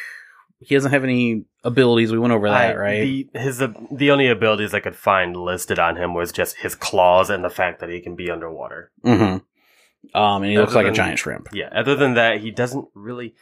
Speaker 1: he doesn't have any abilities. We went over that,
Speaker 3: I-
Speaker 1: right?
Speaker 3: The, his ab- the only abilities I could find listed on him was just his claws and the fact that he can be underwater.
Speaker 1: mm-hmm. Um and he looks
Speaker 3: Other
Speaker 1: like a
Speaker 3: than-
Speaker 1: giant shrimp.
Speaker 3: Yeah. Other than that, he doesn't really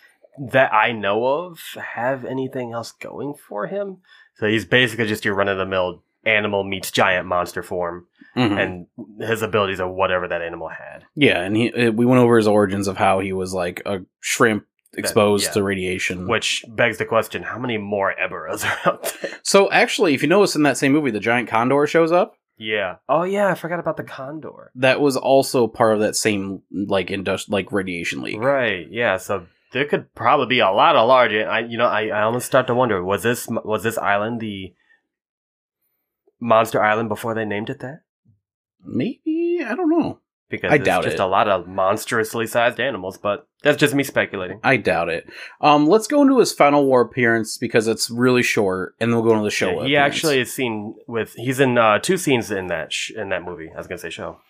Speaker 3: that I know of have anything else going for him. So he's basically just your run of the mill animal meets giant monster form,
Speaker 1: Mhm.
Speaker 3: and his abilities are whatever that animal had.
Speaker 1: yeah, and he uh, we went over his origins of how he was like a shrimp exposed
Speaker 3: yeah.
Speaker 1: to radiation.
Speaker 3: Which begs the question: How many more Eberas are out there? <laughs>
Speaker 1: So actually, if you notice in that same movie the giant condor shows up.
Speaker 3: Yeah. Oh yeah, I forgot about the condor.
Speaker 1: that was also part of that same like industri- like radiation leak.
Speaker 3: Right. Yeah. So there could probably be a lot of larger. I, you know, I, I almost start to wonder was this was this island the monster island before they named it that?
Speaker 1: Maybe I don't know.
Speaker 3: because
Speaker 1: I
Speaker 3: it's
Speaker 1: doubt
Speaker 3: just
Speaker 1: it.
Speaker 3: a lot of monstrously sized animals. But that's just me speculating.
Speaker 1: I doubt it. Um, let's go into his final war appearance because it's really short, and then we'll go into the show.
Speaker 3: Yeah, he
Speaker 1: appearance.
Speaker 3: actually is seen with he's in uh, two scenes in that sh- in that movie. I was gonna say show.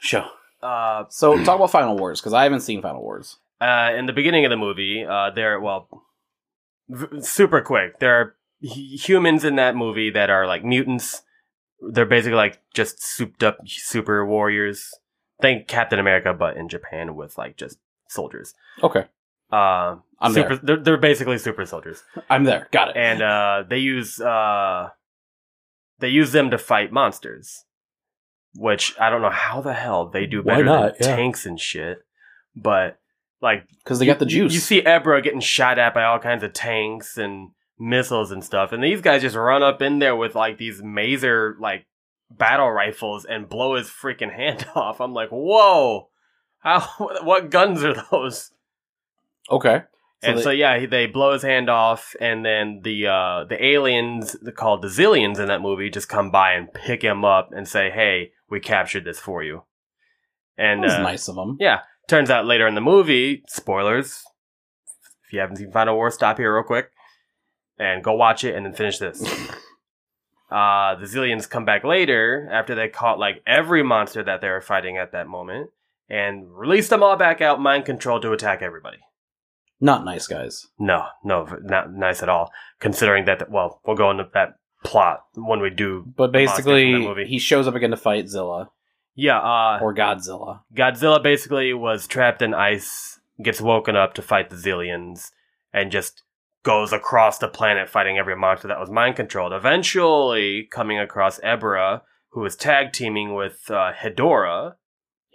Speaker 1: show.
Speaker 3: Uh,
Speaker 1: So talk about Final Wars because I haven't seen Final Wars.
Speaker 3: uh, in the beginning of the movie, uh, there well, v- super quick. There are h- humans in that movie that are like mutants. They're basically like just souped up super warriors. Think Captain America, but in Japan with like just soldiers.
Speaker 1: Okay,
Speaker 3: Uh,
Speaker 1: I'm
Speaker 3: super, They're, they're basically super soldiers.
Speaker 1: I'm there. Got it.
Speaker 3: and uh, they use uh, they use them to fight monsters, which I don't know how the hell they do
Speaker 1: Why
Speaker 3: better
Speaker 1: not?
Speaker 3: than
Speaker 1: Yeah.
Speaker 3: tanks and shit. But like
Speaker 1: because they got the juice.
Speaker 3: you see Ebra getting shot at by all kinds of tanks and missiles and stuff, and these guys just run up in there with like these maser like battle rifles and blow his freaking <laughs> hand off. I'm like, whoa, how <laughs> what guns are those?
Speaker 1: okay. So
Speaker 3: and
Speaker 1: they-
Speaker 3: so yeah, he- they blow his hand off, and then the uh, the aliens the- called the Zillions in that movie just come by and pick him up and say, "Hey, we captured this for you."
Speaker 1: that
Speaker 3: And
Speaker 1: was
Speaker 3: uh,
Speaker 1: nice of them.
Speaker 3: yeah, turns out later in the movie, spoilers. If you haven't seen Final War, stop here real quick and go watch it, and then
Speaker 1: <laughs>
Speaker 3: finish this. uh, the Zillions come back later after they caught like every monster that they were fighting at that moment and released them all back out, mind control to attack everybody.
Speaker 1: Not nice guys.
Speaker 3: No, no, not nice at all. Considering that, well, we'll go into that plot when we do.
Speaker 1: But
Speaker 3: monster from that
Speaker 1: basically,
Speaker 3: movie.
Speaker 1: he shows up again to fight Zilla
Speaker 3: Yeah, uh,
Speaker 1: or Godzilla.
Speaker 3: Godzilla basically was trapped in ice, gets woken up to fight the Zillions, and just goes across the planet fighting every monster that was mind controlled. Eventually, coming across Ebra, who was tag teaming with uh, Hedora.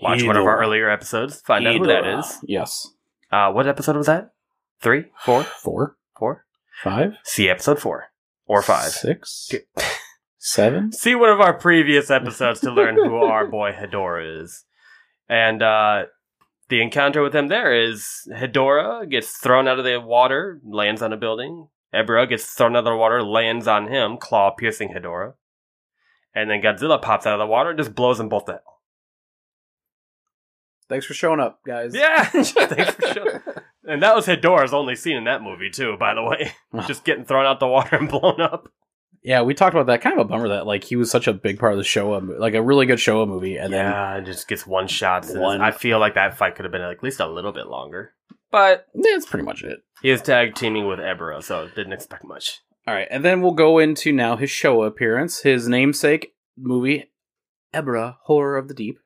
Speaker 3: Watch one of our
Speaker 1: Hedorah.
Speaker 3: earlier episodes, find out who that
Speaker 1: Hedorah.
Speaker 3: is.
Speaker 1: Yes.
Speaker 3: Uh, what episode was that? Three, four,
Speaker 1: Four,
Speaker 3: four.
Speaker 1: five,
Speaker 3: See episode four or five.
Speaker 1: six,
Speaker 3: Two. <laughs>
Speaker 1: seven.
Speaker 3: see one of our previous episodes to learn
Speaker 1: <laughs>
Speaker 3: who our boy Hedora is. And uh, the encounter with him there is Hedora gets thrown out of the water, lands on a building. Ebra gets thrown out of the water, lands on him, claw piercing Hedora. And then Godzilla pops out of the water and just blows them
Speaker 1: <laughs>
Speaker 3: both to hell.
Speaker 1: Thanks for showing up, guys.
Speaker 3: Yeah! <laughs> Thanks for showing. And that was Hedora's only scene in that movie, too, by the
Speaker 1: <laughs>
Speaker 3: way. just getting thrown out the water and blown up.
Speaker 1: Yeah, we talked about that. Kind of a bummer that like he was such a big part of the Showa, mo- like a really good Showa movie, and
Speaker 3: yeah, it just gets one shot. so
Speaker 1: One.
Speaker 3: I feel like that fight could have been at least a little bit longer.
Speaker 1: <laughs>
Speaker 3: But
Speaker 1: then yeah, that's pretty much it.
Speaker 3: he is tag teaming with Ebro, so didn't expect much.
Speaker 1: All right, and then we'll go into now his Showa appearance, his namesake movie, Ebra Horror of the Deep.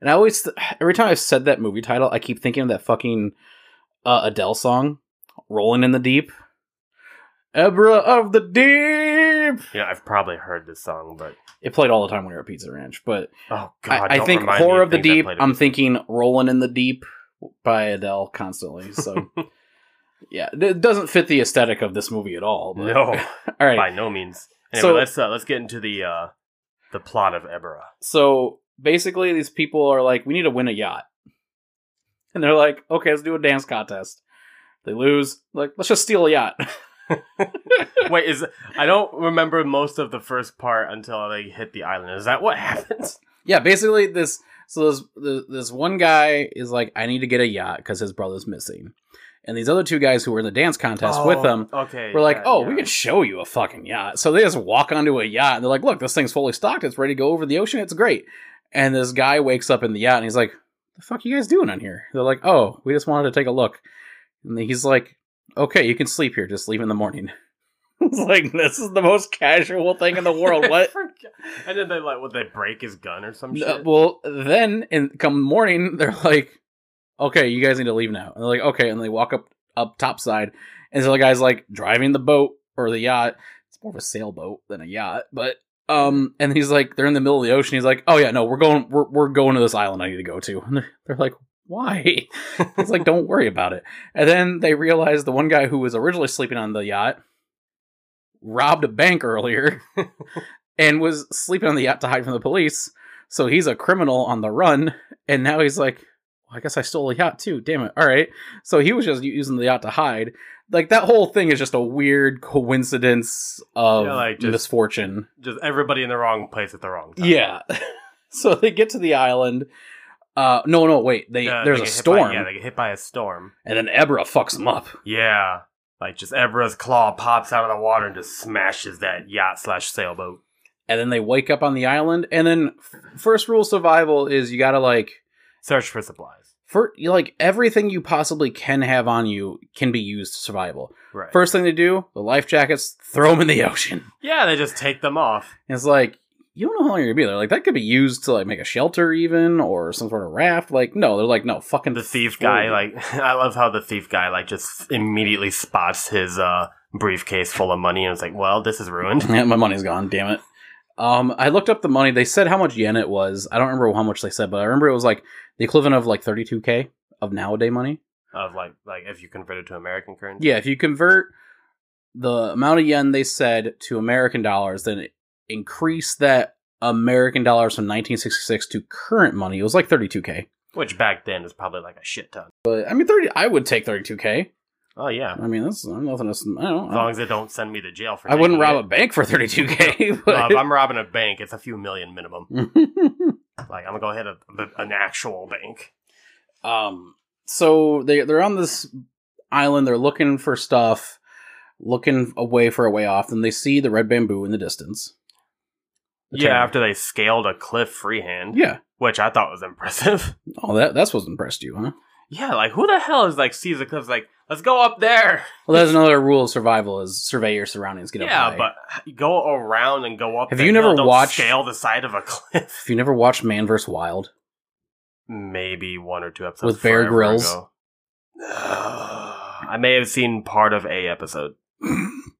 Speaker 1: And I always, th- every time I've said that movie title, I keep thinking of that fucking uh, Adele song, "Rolling in the Deep." Ebra of the Deep.
Speaker 3: Yeah, I've probably heard this song, but
Speaker 1: It played all the time when we were at Pizza Ranch, but
Speaker 3: oh god,
Speaker 1: I, I
Speaker 3: don't
Speaker 1: think
Speaker 3: remind me
Speaker 1: Horror of the
Speaker 3: things I
Speaker 1: Deep.
Speaker 3: played
Speaker 1: I'm <laughs>
Speaker 3: it.
Speaker 1: thinking Rolling in the Deep by Adele
Speaker 3: <laughs>
Speaker 1: constantly. So, yeah, it doesn't fit the aesthetic of this movie at <laughs> all. but-
Speaker 3: no,
Speaker 1: All right.
Speaker 3: by no means. Anyway,
Speaker 1: So-
Speaker 3: let's uh, let's get into the uh, the plot of Ebro.
Speaker 1: So basically, these people are like, we need to win a yacht. And they're like, okay, let's do a dance contest. They lose. Like, let's just steal a yacht. <laughs>
Speaker 3: Wait, is I don't remember most of the first part until they hit the island. Is that what <laughs> happens?
Speaker 1: yeah, basically, this. So this, this this one guy is like, I need to get a yacht because his brother's missing. And these other two guys who were in the dance contest
Speaker 3: Oh.
Speaker 1: with them
Speaker 3: Okay,
Speaker 1: We're like,
Speaker 3: yeah,
Speaker 1: oh,
Speaker 3: yeah.
Speaker 1: we can show you a fucking yacht. So they just walk onto a yacht and they're like, look, this thing's fully stocked. It's ready to go over the ocean. It's great. And this guy wakes up in the yacht and he's like, the fuck you guys doing on here? They're like, oh, we just wanted to take a look. And he's like, okay, you can sleep here. Just leave in the morning. <laughs> it's like, this is the most casual thing in the
Speaker 3: <laughs>
Speaker 1: world. What?
Speaker 3: and then they like, what they break his gun or some shit.
Speaker 1: Uh, well, then in come morning, <laughs> they're like, "Okay, you guys need to leave now." And they're like, "Okay," and they walk up up topside, and so the guy's like driving the boat or the yacht. It's more of a sailboat than a yacht, but um, and he's like, they're in the middle of the ocean. He's like, "Oh yeah, no, we're going, we're we're going to this island. I need to go to." And they're, they're like, "Why?" <laughs> It's like, "Don't worry about it." And then they realize the one guy who was originally sleeping on the yacht robbed a bank
Speaker 3: <laughs>
Speaker 1: earlier. And was sleeping on the yacht to hide from the police. So he's a criminal on the run, and now he's like, well, I guess I stole a yacht too. Damn it. All right. So he was just using the yacht to hide. Like that whole thing is just a weird coincidence of
Speaker 3: Yeah, like, just-
Speaker 1: misfortune. <laughs>
Speaker 3: just everybody in the wrong place at the wrong time.
Speaker 1: Yeah. so they get to the island. Uh, no, no, wait. They
Speaker 3: Uh,
Speaker 1: there's
Speaker 3: they
Speaker 1: a
Speaker 3: get hit
Speaker 1: storm,
Speaker 3: By, yeah, they get hit by a storm.
Speaker 1: and then Ebra fucks them up.
Speaker 3: Yeah. Like just Evra's claw pops out of the water and just smashes that yacht slash sailboat.
Speaker 1: And then they wake up on the island. And then f- first rule of survival is you gotta like
Speaker 3: Search for supplies.
Speaker 1: for you like everything you possibly can have on you can be used to survival.
Speaker 3: Right.
Speaker 1: First thing they do, the life jackets, throw them in the ocean.
Speaker 3: yeah, they just take them off.
Speaker 1: It's like you don't know how long you're gonna be there. Like that could be used to like make a shelter even or some sort of raft. Like no, they're like no fucking
Speaker 3: The thief
Speaker 1: throw
Speaker 3: guy,
Speaker 1: them.
Speaker 3: like <laughs> I love how the thief guy like just immediately spots his uh briefcase full of money and is like, Well, this is
Speaker 1: <laughs>
Speaker 3: ruined.
Speaker 1: <laughs> Yeah, my money's gone. Damn it. Um, I looked up the money. They said how much yen it was. I don't remember how much they said, but I remember it was like the equivalent of like 32k of nowadays money.
Speaker 3: of like like if you convert it to American currency.
Speaker 1: Yeah, if you convert the amount of yen they said to American dollars, then increase that American dollars from 1966 to current money. It was like 32k.
Speaker 3: Which back then is probably like a shit ton.
Speaker 1: But I mean, 30. I would take 32k.
Speaker 3: Oh yeah.
Speaker 1: I mean, that's nothing. That's, I don't
Speaker 3: As long
Speaker 1: know.
Speaker 3: as they don't send me to jail for
Speaker 1: I wouldn't
Speaker 3: taking
Speaker 1: rob
Speaker 3: it.
Speaker 1: a bank for 32k. <laughs>
Speaker 3: No,
Speaker 1: But
Speaker 3: if I'm robbing a bank, it's a few million minimum. Like I'm gonna go hit a, a- an actual bank.
Speaker 1: <laughs> Um, so they they're on this island. They're looking for stuff, looking away for a way off. Then they see the red bamboo in the distance. The
Speaker 3: yeah,
Speaker 1: tower.
Speaker 3: after they scaled a cliff freehand,
Speaker 1: yeah.
Speaker 3: which I thought was <laughs> impressive.
Speaker 1: Oh, that that's what impressed you, huh?
Speaker 3: Yeah, like who the hell is like sees the cliffs like let's go up there?
Speaker 1: Well, that's another rule of survival: is survey your surroundings. Get up
Speaker 3: yeah,
Speaker 1: high.
Speaker 3: but go around and go up.
Speaker 1: Have
Speaker 3: the
Speaker 1: you
Speaker 3: hill,
Speaker 1: never
Speaker 3: don't
Speaker 1: watched-
Speaker 3: scale the side of a <laughs> cliff?
Speaker 1: if you never watched Man vs. Wild, <clears throat>
Speaker 3: Maybe one or two episodes
Speaker 1: With Bear
Speaker 3: forever
Speaker 1: Grylls?
Speaker 3: ago. <sighs> I may have seen part of a episode.
Speaker 1: you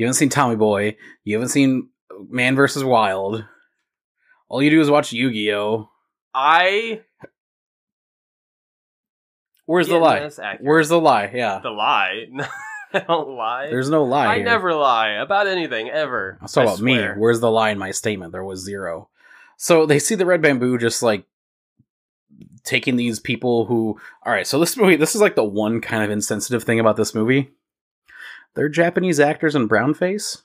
Speaker 1: haven't seen Tommy Boy, you haven't seen Man vs. Wild. All you do is watch Yu Gi Oh.
Speaker 3: I
Speaker 1: Where's the
Speaker 3: Yeah,
Speaker 1: lie?
Speaker 3: that's accurate.
Speaker 1: Where's the lie? Yeah,
Speaker 3: <laughs> the lie? <laughs> I don't lie.
Speaker 1: there's no lie.
Speaker 3: I
Speaker 1: here.
Speaker 3: never lie about anything ever.
Speaker 1: That's all
Speaker 3: I
Speaker 1: about
Speaker 3: swear.
Speaker 1: me. Where's the lie in my statement? There was zero. So they see the red bamboo just like taking these people who all right, so this movie this is like the one kind of insensitive thing about this movie. They're Japanese actors in brown face.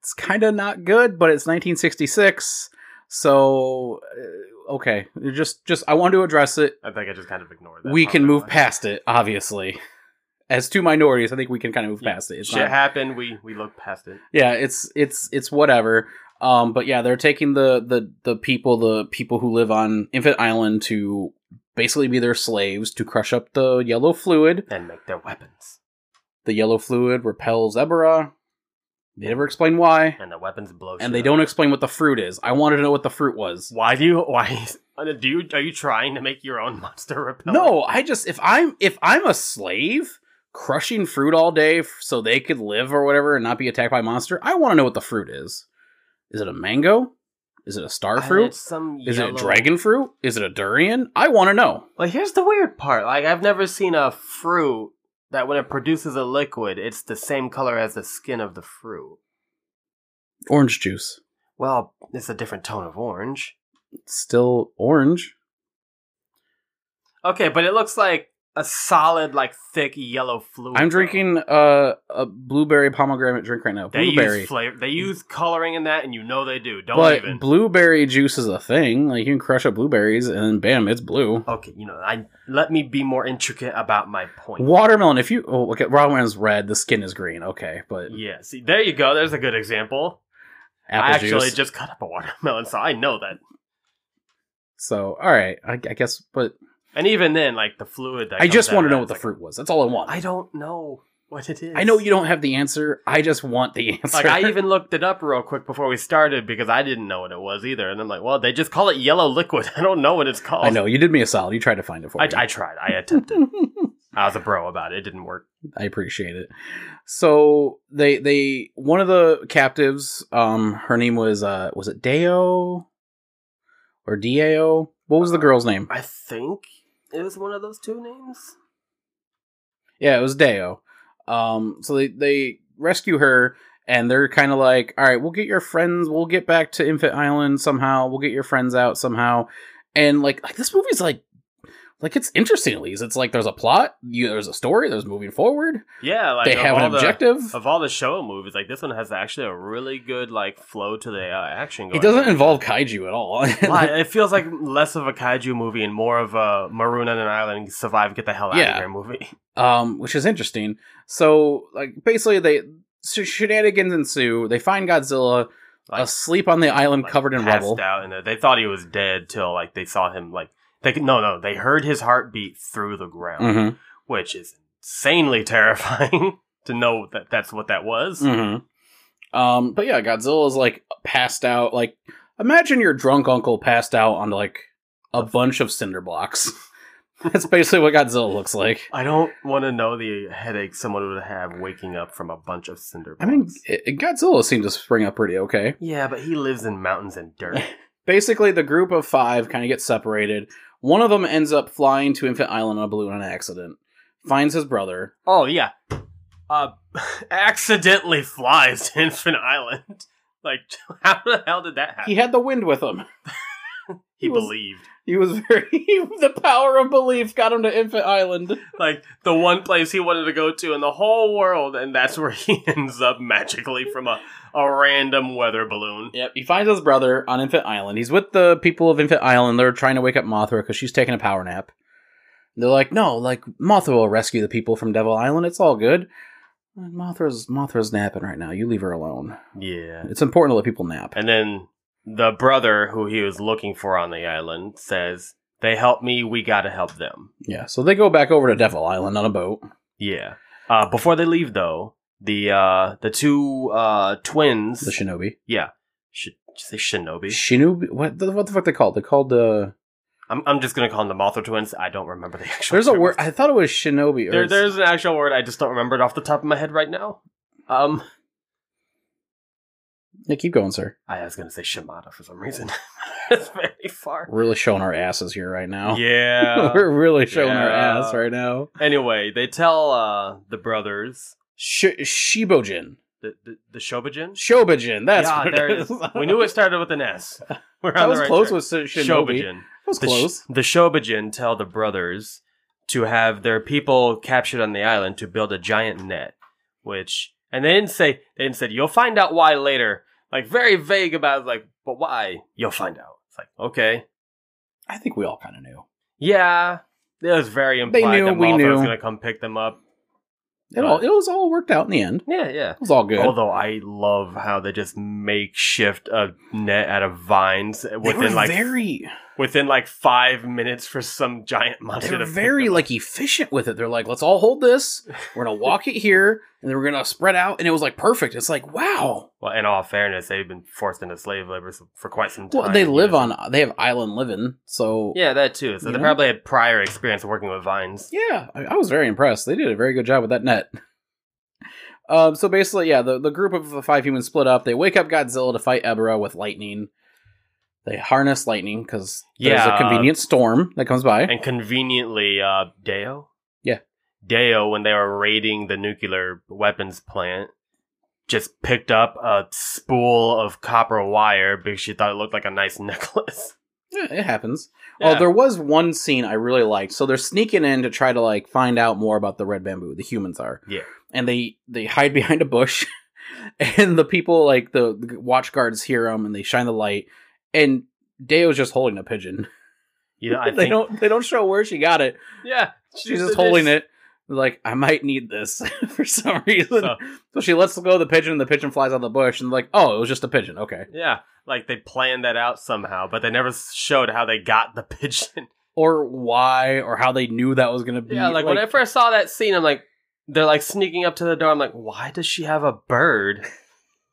Speaker 1: It's kind of not good, but it's 1966. So uh, okay, just just I want to address it.
Speaker 3: I think I just kind of ignored that.
Speaker 1: We
Speaker 3: part
Speaker 1: can
Speaker 3: of
Speaker 1: move
Speaker 3: it.
Speaker 1: past it, obviously. As two minorities, I think we can kind of move
Speaker 3: Yeah,
Speaker 1: past it. It's
Speaker 3: Shit
Speaker 1: not-
Speaker 3: happened. We we looked past it.
Speaker 1: yeah it's it's it's whatever um but yeah they're taking the the the people the people who live on infant island to basically be their slaves to crush up the yellow fluid
Speaker 3: and make their weapons.
Speaker 1: the yellow fluid repels ebera they never explain why
Speaker 3: And the weapons blow. Oh, shit
Speaker 1: and they
Speaker 3: up.
Speaker 1: don't explain what the fruit is i wanted to know what the fruit was
Speaker 3: Why do you? Why uh, do you? Are you trying to make your own <laughs> monster repellent?
Speaker 1: no i just if i'm if i'm a slave crushing fruit all day f- so they could live or whatever and not be attacked by a monster i want to know what the fruit is is it a mango is it a star
Speaker 3: And
Speaker 1: fruit
Speaker 3: it's some
Speaker 1: Is it a
Speaker 3: yellow-
Speaker 1: dragon fruit? Is it a durian? I want to know.
Speaker 3: Like here's the weird part. Like I've never seen a fruit that when it produces a liquid, it's the same color as the skin of the fruit.
Speaker 1: Orange juice.
Speaker 3: Well, it's a different tone of orange.
Speaker 1: It's still orange.
Speaker 3: Okay, but it looks like a solid, like thick yellow fluid.
Speaker 1: I'm
Speaker 3: though.
Speaker 1: drinking uh, a blueberry pomegranate drink right now.
Speaker 3: They
Speaker 1: Blueberry.
Speaker 3: use flavor. They use coloring in that, and you know they do. Don't
Speaker 1: but
Speaker 3: even.
Speaker 1: blueberry juice is a thing. Like you can crush up blueberries and then bam, it's blue.
Speaker 3: okay, you know. I let me be more intricate about my point.
Speaker 1: Watermelon. If you oh, okay, watermelon's red. The skin is green. Okay, but
Speaker 3: Yeah, see, there you go. There's a good example.
Speaker 1: apple
Speaker 3: I actually
Speaker 1: juice.
Speaker 3: just cut up a watermelon, so I know that.
Speaker 1: so all right, I, I guess. But
Speaker 3: And even then, like the fluid that
Speaker 1: I just want
Speaker 3: want
Speaker 1: to know what the fruit was. That's all I want.
Speaker 3: I don't know what it is.
Speaker 1: I know you don't have the answer. I just want the answer.
Speaker 3: Like I even looked it up real quick before we started because I didn't know what it was either, and I'm like, well, they just call it yellow liquid. <laughs> I don't know what it's
Speaker 1: <laughs>
Speaker 3: called.
Speaker 1: I know you did me a solid. You tried to find it for
Speaker 3: I,
Speaker 1: me.
Speaker 3: I tried. I attempted. I was a bro about it. It didn't work.
Speaker 1: I appreciate it. So they they one of the captives, um, her name was uh was it Deo or Dao? What was the girl's name?
Speaker 3: I think it was one of those two names.
Speaker 1: Yeah, it was Deo. Um, so they they rescue her and they're kind of like, all right, we'll get your friends, we'll get back to Infant Island somehow, we'll get your friends out somehow, and like like this movie's like like it's interesting at least. It's like there's a plot, you, there's a story, there's moving forward.
Speaker 3: Yeah, like
Speaker 1: they
Speaker 3: of
Speaker 1: have an
Speaker 3: all the-
Speaker 1: objective.
Speaker 3: of all the show movies, like this one has actually a really good like flow to the uh, action. Going
Speaker 1: it doesn't
Speaker 3: on.
Speaker 1: involve kaiju at all. <laughs>
Speaker 3: Why? It feels like less of a kaiju movie and more of a Maroon on an island, survive, get the hell out
Speaker 1: Yeah.
Speaker 3: of here movie. <laughs>
Speaker 1: um, which is interesting. So, like, basically, they so shenanigans ensue. They find Godzilla
Speaker 3: Like-
Speaker 1: asleep on the island
Speaker 3: Like,
Speaker 1: covered in
Speaker 3: passed
Speaker 1: rubble.
Speaker 3: out, and they thought he was dead till like they saw him like they could- no no they heard his heartbeat through the ground,
Speaker 1: Mm-hmm.
Speaker 3: which is insanely <laughs> terrifying to know that that's what that was.
Speaker 1: Mm-hmm. Um, but yeah, Godzilla's like passed out. Like, imagine your drunk uncle passed out on like a bunch of cinder blocks. <laughs> That's basically what Godzilla looks like.
Speaker 3: I don't want to know the headache someone would have waking up from a bunch of cinder.
Speaker 1: I mean,
Speaker 3: blocks.
Speaker 1: i Godzilla seemed to spring up pretty okay.
Speaker 3: yeah, but he lives in mountains and dirt.
Speaker 1: basically the group of five kind of gets separated. One of them ends up flying to Infant Island on a balloon in an accident. Finds his brother.
Speaker 3: <laughs> Oh yeah. Uh <laughs> accidentally flies to Infant Island. <laughs> Like how the hell did that happen?
Speaker 1: He had the wind with him. <laughs>
Speaker 3: He,
Speaker 1: he was-
Speaker 3: believed.
Speaker 1: He was very <laughs> the power of belief got him to Infant Island.
Speaker 3: Like the one place he wanted to go to in the whole world, and that's where <laughs> he ends up magically from a, a random weather balloon.
Speaker 1: Yep, he finds his brother on Infant Island. He's with the people of Infant Island. They're trying to wake up Mothra because she's taking a power nap. They're like, no, like Mothra will rescue the people from Devil Island. It's all good. Mothra's Mothra's napping right now. You leave her alone.
Speaker 3: Yeah.
Speaker 1: It's important to let people nap.
Speaker 3: And then the brother who he was looking for on the island says, They help me, we gotta help them.
Speaker 1: Yeah, so they go back over to Devil Island on a boat.
Speaker 3: Yeah. Uh, before they leave though, the uh the two uh twins
Speaker 1: The Shinobi.
Speaker 3: Yeah. Sh- did you say Shinobi?
Speaker 1: Shinobi. What the, what the fuck they called? They called uh, the.
Speaker 3: I'm, I'm just gonna call them the Mothra twins. I don't remember the actual.
Speaker 1: There's a
Speaker 3: term.
Speaker 1: word. I thought it was Shinobi. Or
Speaker 3: There,
Speaker 1: it's-
Speaker 3: there's an actual word. I just don't remember it off the top of my head right now. Um,
Speaker 1: Yeah, keep going, sir.
Speaker 3: I was gonna say Shimada for some reason. <laughs> That's very far.
Speaker 1: We're really showing our asses here right now.
Speaker 3: Yeah.
Speaker 1: <laughs> We're really showing our
Speaker 3: Yeah.
Speaker 1: ass right now.
Speaker 3: anyway, they tell uh the brothers
Speaker 1: Sh- Shibojin.
Speaker 3: the the, the Shobujin.
Speaker 1: Shobujin. That's
Speaker 3: yeah,
Speaker 1: what
Speaker 3: there
Speaker 1: it
Speaker 3: it
Speaker 1: is.
Speaker 3: is. we knew it started with an
Speaker 1: <laughs>
Speaker 3: S. We're
Speaker 1: That
Speaker 3: on
Speaker 1: was
Speaker 3: the right
Speaker 1: close
Speaker 3: track.
Speaker 1: with Sh- Shinobi. That
Speaker 3: Shobujin.
Speaker 1: was
Speaker 3: the, sh-
Speaker 1: close.
Speaker 3: the Shobujin tell the brothers to have their people captured on the island to build a giant net, which and they didn't say they didn't say you'll find out why later. Like very vague about like, but why? You'll find out. It's like okay,
Speaker 1: I think we all kind of knew.
Speaker 3: yeah. It was very implied
Speaker 1: knew,
Speaker 3: that
Speaker 1: we
Speaker 3: Malfa was
Speaker 1: knew.
Speaker 3: gonna come pick them up.
Speaker 1: It all it was all worked out in the end. It
Speaker 3: Yeah, yeah.
Speaker 1: was all good.
Speaker 3: Although I love how they just makeshift a net out of vines
Speaker 1: They were
Speaker 3: within like
Speaker 1: very
Speaker 3: within like five minutes for some giant monster. to
Speaker 1: they're
Speaker 3: pick
Speaker 1: very
Speaker 3: them up.
Speaker 1: like efficient with it. They're like, let's all hold this. We're gonna walk it here, and then we're gonna spread out. And it was like perfect. It's like wow.
Speaker 3: Well, in all fairness, they've been forced into slave labor s- for quite some time.
Speaker 1: Well, they live
Speaker 3: Yeah.
Speaker 1: on they have island living, so
Speaker 3: Yeah, that too. So
Speaker 1: You
Speaker 3: they
Speaker 1: know?
Speaker 3: probably had prior experience working with vines.
Speaker 1: yeah. I, I was very impressed. They did a very good job with that net. Um, so basically, yeah, the, the group of the five humans split up. They wake up Godzilla to fight Ebra with lightning. They harness lightning because there's
Speaker 3: Yeah.
Speaker 1: a convenient storm that comes by.
Speaker 3: And conveniently, uh, Deo?
Speaker 1: Yeah.
Speaker 3: Deo, when they were raiding the nuclear weapons plant, just picked up a spool of copper wire because she thought it looked like a nice <laughs> necklace.
Speaker 1: Yeah, it happens.
Speaker 3: Yeah.
Speaker 1: Oh, there was one scene I really liked. So they're sneaking in to try to like find out more about the red bamboo. The humans are.
Speaker 3: Yeah.
Speaker 1: And they they hide <laughs> behind a bush, and the people like the, the watch guards hear them and they shine the light. And Deo's just holding a pigeon.
Speaker 3: You know,
Speaker 1: <laughs>
Speaker 3: I
Speaker 1: they
Speaker 3: think,
Speaker 1: don't they don't show where she got it.
Speaker 3: Yeah.
Speaker 1: She's just holding it. Like I might need this <laughs> for some reason. So,
Speaker 3: So-
Speaker 1: she lets go of the pigeon, and the pigeon flies out of the bush, and like, oh, it was just a pigeon. Okay.
Speaker 3: Yeah. Like they planned that out somehow, but they never showed how they got the <laughs> pigeon.
Speaker 1: Or why, or how they knew that was gonna be.
Speaker 3: Yeah, like, when I first saw that scene, I'm like, they're like sneaking up to the door. I'm like, why does she have a bird? <laughs>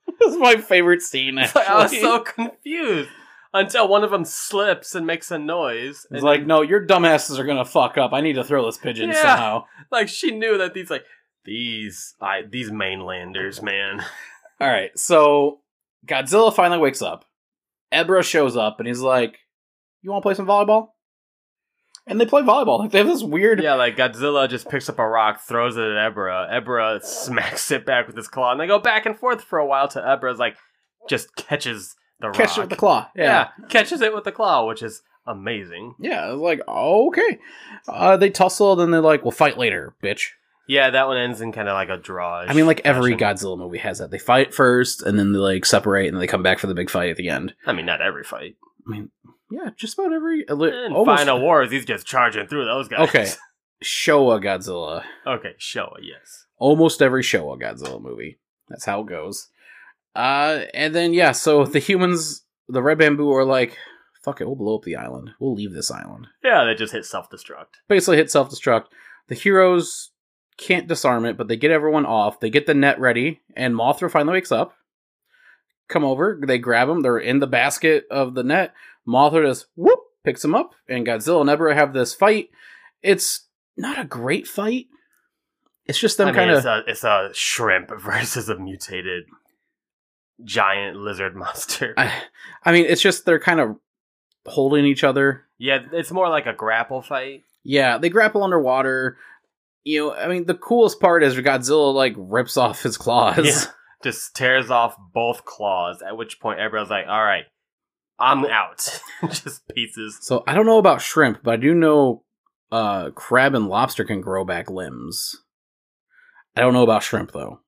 Speaker 1: <laughs> This is my favorite scene.
Speaker 3: It's
Speaker 1: Actually.
Speaker 3: <laughs> like, I was so confused until one of them slips and makes a noise.
Speaker 1: It's
Speaker 3: And
Speaker 1: like, no, your dumbasses are gonna fuck up. I need to throw this pigeon
Speaker 3: Yeah.
Speaker 1: somehow.
Speaker 3: like she knew that these like these I these mainlanders, man.
Speaker 1: All right, so Godzilla finally wakes up. Ebra shows up and he's like, "You want to play some volleyball?" And they play volleyball. Like they have this weird.
Speaker 3: Yeah, like Godzilla just picks up a rock, throws it at Ebra. Ebra smacks it back with his claw, and they go back and forth for a while. To Ebra's like just catches the
Speaker 1: Catch it
Speaker 3: rock.
Speaker 1: with the claw. Yeah.
Speaker 3: yeah, catches it with the claw, which is amazing.
Speaker 1: Yeah, I was like, okay. Uh, they tussle, then they're like, we'll fight later, bitch.
Speaker 3: Yeah, that one ends in kind of like a draw.
Speaker 1: I mean, like every
Speaker 3: fashion.
Speaker 1: Godzilla movie has that. They fight first, and then they like separate, and they come back for the big fight at the end.
Speaker 3: I mean, not every fight.
Speaker 1: I mean, yeah, just about every uh,
Speaker 3: In
Speaker 1: almost
Speaker 3: Final Wars, he's just charging through those guys.
Speaker 1: Okay. Showa Godzilla.
Speaker 3: <laughs> okay, Showa, yes.
Speaker 1: Almost every Showa Godzilla movie. That's how it goes. Uh, and then yeah, so the humans, the Red Bamboo, are like, fuck it, we'll blow up the island. We'll leave this island.
Speaker 3: Yeah, they just hit self destruct.
Speaker 1: basically hit self destruct. The heroes can't disarm it, but they get everyone off. They get the net ready, and Mothra finally wakes up. Come over, they grab him. They're in the basket of the net. Mothra just whoop picks him up, and Godzilla and Nebra have this fight. It's not a great fight. It's just them
Speaker 3: I mean,
Speaker 1: kind of
Speaker 3: it's, a, it's a shrimp <laughs> versus a mutated giant lizard <laughs> monster.
Speaker 1: <sighs> I, I mean, it's just they're kind of holding each other.
Speaker 3: yeah, it's more like a grapple fight.
Speaker 1: Yeah, they grapple underwater. You know, I mean, the coolest part is Godzilla like rips off his claws. <laughs>
Speaker 3: Yeah. Just tears off both claws, at which point everyone's like, all right, I'm out. <laughs> just pieces.
Speaker 1: So I don't know about shrimp, but I do know uh, crab and lobster can grow back limbs. I don't know about shrimp though.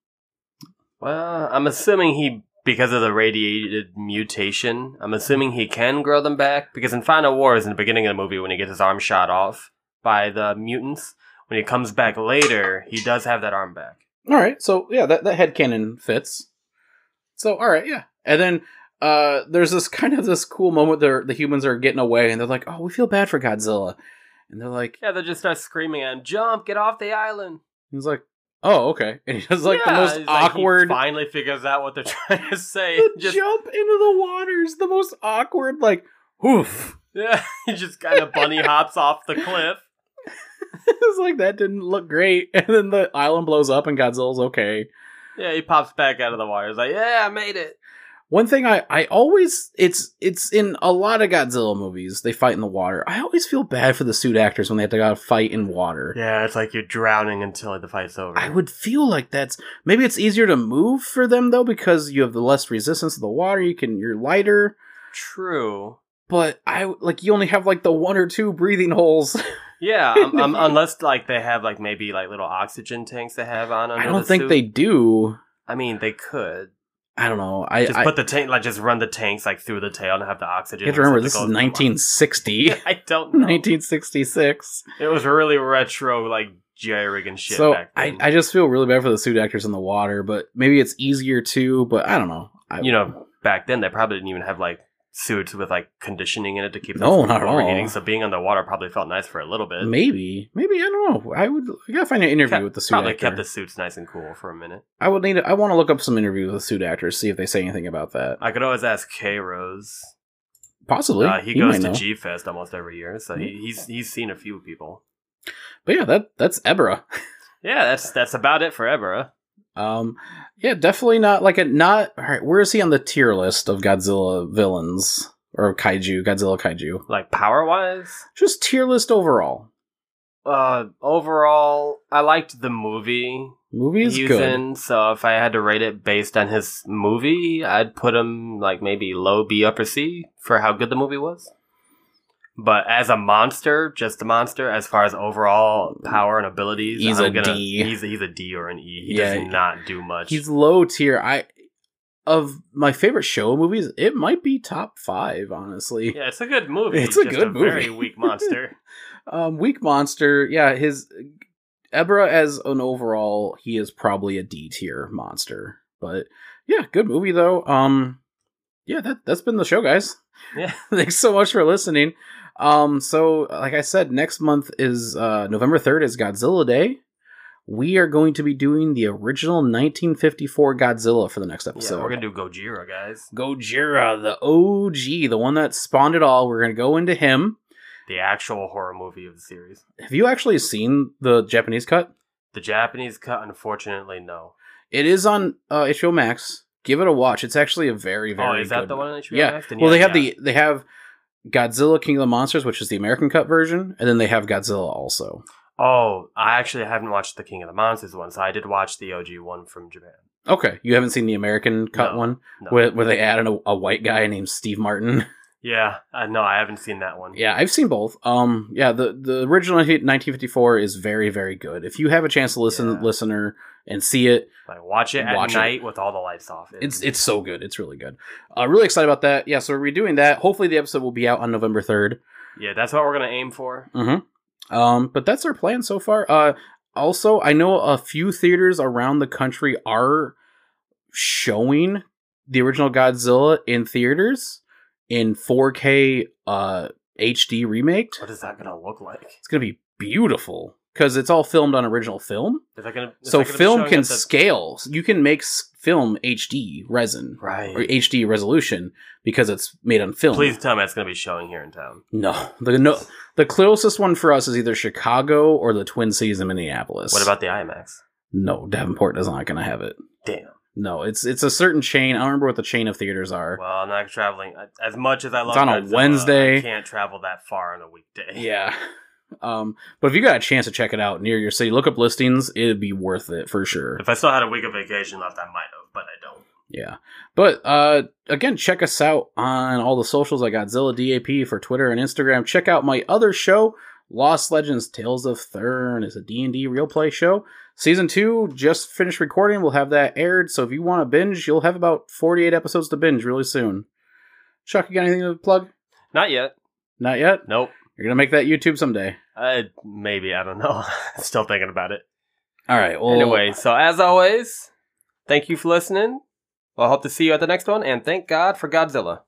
Speaker 3: Well, I'm assuming he, because of the radiated mutation, I'm assuming he can grow them back. Because in Final Wars, in the beginning of the movie, when he gets his arm shot off by the mutants, when he comes back later, he does have that arm back.
Speaker 1: All right, so yeah, that that headcanon fits. So all right, yeah, and then uh, there's this <laughs> kind of this cool moment there. The humans are getting away, and they're like, "Oh, we feel bad for Godzilla," and they're like,
Speaker 3: Yeah, they just start screaming at him, "Jump! Get off the island!"
Speaker 1: "He's like, oh, okay," <laughs> and he does like
Speaker 3: Yeah,
Speaker 1: the most
Speaker 3: it's like he
Speaker 1: awkward.
Speaker 3: finally figures out what they're <laughs> trying to say.
Speaker 1: the
Speaker 3: just
Speaker 1: jump into the waters, the most awkward, like, oof.
Speaker 3: yeah, <laughs> he just kind of
Speaker 1: <laughs>
Speaker 3: bunny hops off the cliff.
Speaker 1: it's like that didn't look great. <laughs> And then the island blows up and Godzilla's okay.
Speaker 3: Yeah, he pops back out of the water. He's like, "Yeah, I made it."
Speaker 1: One thing I, I always it's it's in a lot of Godzilla movies, they fight in the water. I always feel bad for the suit actors when they have to go out fight in water.
Speaker 3: Yeah, it's like you're drowning until the fight's over.
Speaker 1: I would feel like that's maybe it's easier to move for them though because you have the less resistance to the water, you can you're lighter,
Speaker 3: True.
Speaker 1: but I like you only have like the one or two breathing holes. <laughs>
Speaker 3: Yeah, um, um, unless like they have like maybe like little oxygen tanks they have on. Under
Speaker 1: I don't
Speaker 3: the
Speaker 1: think
Speaker 3: suit.
Speaker 1: they do.
Speaker 3: I mean, they could
Speaker 1: I don't know. I,
Speaker 3: just
Speaker 1: I
Speaker 3: put the tank like just run the tanks like through the tail and have the oxygen.
Speaker 1: you have to remember this is
Speaker 3: receptacles come
Speaker 1: <laughs>
Speaker 3: up. <laughs>
Speaker 1: 1960,
Speaker 3: I don't know.
Speaker 1: 1966.
Speaker 3: It was really retro, like Jerry rig and shit.
Speaker 1: so
Speaker 3: back
Speaker 1: I,
Speaker 3: then.
Speaker 1: I just feel really bad for the suit actors in the water, but maybe it's easier too. But I don't know. I,
Speaker 3: you know, back then they probably didn't even have like suits with like conditioning in it to keep
Speaker 1: No,
Speaker 3: them
Speaker 1: not
Speaker 3: from
Speaker 1: at all.
Speaker 3: overheating. So being underwater probably felt nice for a little bit.
Speaker 1: maybe maybe I don't know. I would I gotta find an interview
Speaker 3: Kept-
Speaker 1: with the suit
Speaker 3: probably
Speaker 1: actor.
Speaker 3: kept the suits nice and cool for a minute.
Speaker 1: I would need. To, I want to look up some interviews with the suit actors, see if they say anything about that.
Speaker 3: I could always ask K Rose.
Speaker 1: Possibly.
Speaker 3: Uh, he
Speaker 1: You
Speaker 3: goes
Speaker 1: might
Speaker 3: to
Speaker 1: know.
Speaker 3: G Fest almost every year, so he, he's he's seen a few people.
Speaker 1: But yeah, that that's Ebra. <laughs>
Speaker 3: Yeah, that's that's about it for Ebra.
Speaker 1: Um, yeah, definitely not like a not. All right, where is he on the tier list of Godzilla villains or kaiju? Godzilla kaiju.
Speaker 3: Like power wise,
Speaker 1: Just tier list overall.
Speaker 3: uh, overall, I liked the movie.
Speaker 1: Movie is
Speaker 3: he's
Speaker 1: good.
Speaker 3: in. So if I had to rate it based on his movie, I'd put him like maybe low B, upper C for how good the movie was. But as a monster, just a monster, as far as overall power and abilities,
Speaker 1: He's
Speaker 3: I'm
Speaker 1: a
Speaker 3: gonna,
Speaker 1: D.
Speaker 3: He's a, he's a D or an E. He
Speaker 1: Yeah.
Speaker 3: does not do much.
Speaker 1: He's low tier. I of my favorite show movies, it might be top five, honestly.
Speaker 3: yeah, it's a good movie.
Speaker 1: It's a
Speaker 3: just
Speaker 1: good movie.
Speaker 3: Very
Speaker 1: <laughs>
Speaker 3: weak monster.
Speaker 1: Um, Weak Monster, yeah, his Ebra as an overall, he is probably a D tier monster. But yeah, good movie though. Um yeah, that that's been the show, guys.
Speaker 3: Yeah.
Speaker 1: <laughs> Thanks so much for listening. Um, so like I said, next month is uh November 3rd is Godzilla Day. We are going to be doing the original 1954 Godzilla for the next
Speaker 3: yeah,
Speaker 1: episode.
Speaker 3: we're gonna do Gojira, guys.
Speaker 1: Gojira, the OG, the one that spawned it all. We're gonna go into him.
Speaker 3: The actual horror movie of the series.
Speaker 1: Have you actually seen the Japanese cut?
Speaker 3: The Japanese cut, unfortunately, no.
Speaker 1: It is on uh, HBO Max. Give it a watch. It's actually a very, very.
Speaker 3: Oh, is that
Speaker 1: good
Speaker 3: the
Speaker 1: one.
Speaker 3: one on HBO
Speaker 1: Yeah.
Speaker 3: Max? Then
Speaker 1: Well, they
Speaker 3: yeah,
Speaker 1: have
Speaker 3: yeah.
Speaker 1: the they have Godzilla King of the Monsters, which is the American cut version, and then they have Godzilla also.
Speaker 3: Oh, I actually haven't watched the King of the Monsters one, so I did watch the OG one from Japan.
Speaker 1: Okay, you haven't seen the American cut
Speaker 3: No,
Speaker 1: one
Speaker 3: no.
Speaker 1: where, where they added a, a white guy named Steve Martin. <laughs>
Speaker 3: Yeah, uh, no, I haven't seen that one.
Speaker 1: Yeah, I've seen both. Um, yeah, the the original 1954 is very very good. If you have a chance to listen,
Speaker 3: Yeah.
Speaker 1: listener, and see it,
Speaker 3: Like watch it at
Speaker 1: Watch it.
Speaker 3: night with all the lights off.
Speaker 1: it's it's so good. It's really good. Uh, really excited about that. Yeah, so we're doing that. Hopefully, the episode will be out on November 3rd.
Speaker 3: yeah, that's what we're gonna aim for.
Speaker 1: Mm-hmm. Um, but that's our plan so far. Uh, also, I know a few theaters around the country are showing the original Godzilla in theaters in 4K uh, HD remaked.
Speaker 3: What is that gonna look like?
Speaker 1: It's gonna be beautiful because it's all filmed on original film.
Speaker 3: Is that gonna is
Speaker 1: so
Speaker 3: that gonna be
Speaker 1: film
Speaker 3: showing
Speaker 1: can
Speaker 3: us at-
Speaker 1: scale. You can make s- film HD resin or
Speaker 3: right?
Speaker 1: HD resolution because it's made on film.
Speaker 3: Please tell me it's gonna be showing here in town.
Speaker 1: No, the no, the closest one for us is either Chicago or the Twin Cities in Minneapolis.
Speaker 3: What about the IMAX?
Speaker 1: no Davenport is not going to have it.
Speaker 3: Damn.
Speaker 1: No, it's it's a certain chain. I don't remember what the chain of theaters are.
Speaker 3: Well, I'm not traveling I- as much as I love.
Speaker 1: on a
Speaker 3: Godzilla,
Speaker 1: Wednesday.
Speaker 3: I can't travel that far on a weekday.
Speaker 1: yeah. <laughs> Um, but if you got a chance to check it out near your city, look up listings. It'd be worth it for sure.
Speaker 3: <laughs> If I still had a week of vacation left, I might have, but I don't.
Speaker 1: Yeah. But uh again, check us out on all the socials like Godzilla DAP for Twitter and Instagram. Check out my other show, Lost Legends Tales of Thurn. It's a D&D real play show. Season 2 just finished recording. We'll have that aired, so if you want to binge, you'll have about 48 episodes to binge really soon. Chuck, you got anything to plug?
Speaker 3: Not yet.
Speaker 1: Not yet.
Speaker 3: Nope.
Speaker 1: You're going to make that YouTube someday.
Speaker 3: Uh, maybe I don't know. <laughs> still thinking about it.
Speaker 1: All right. Well,
Speaker 3: Anyway, so as always, thank you for listening. I hope to see you at the next one, and thank God for Godzilla.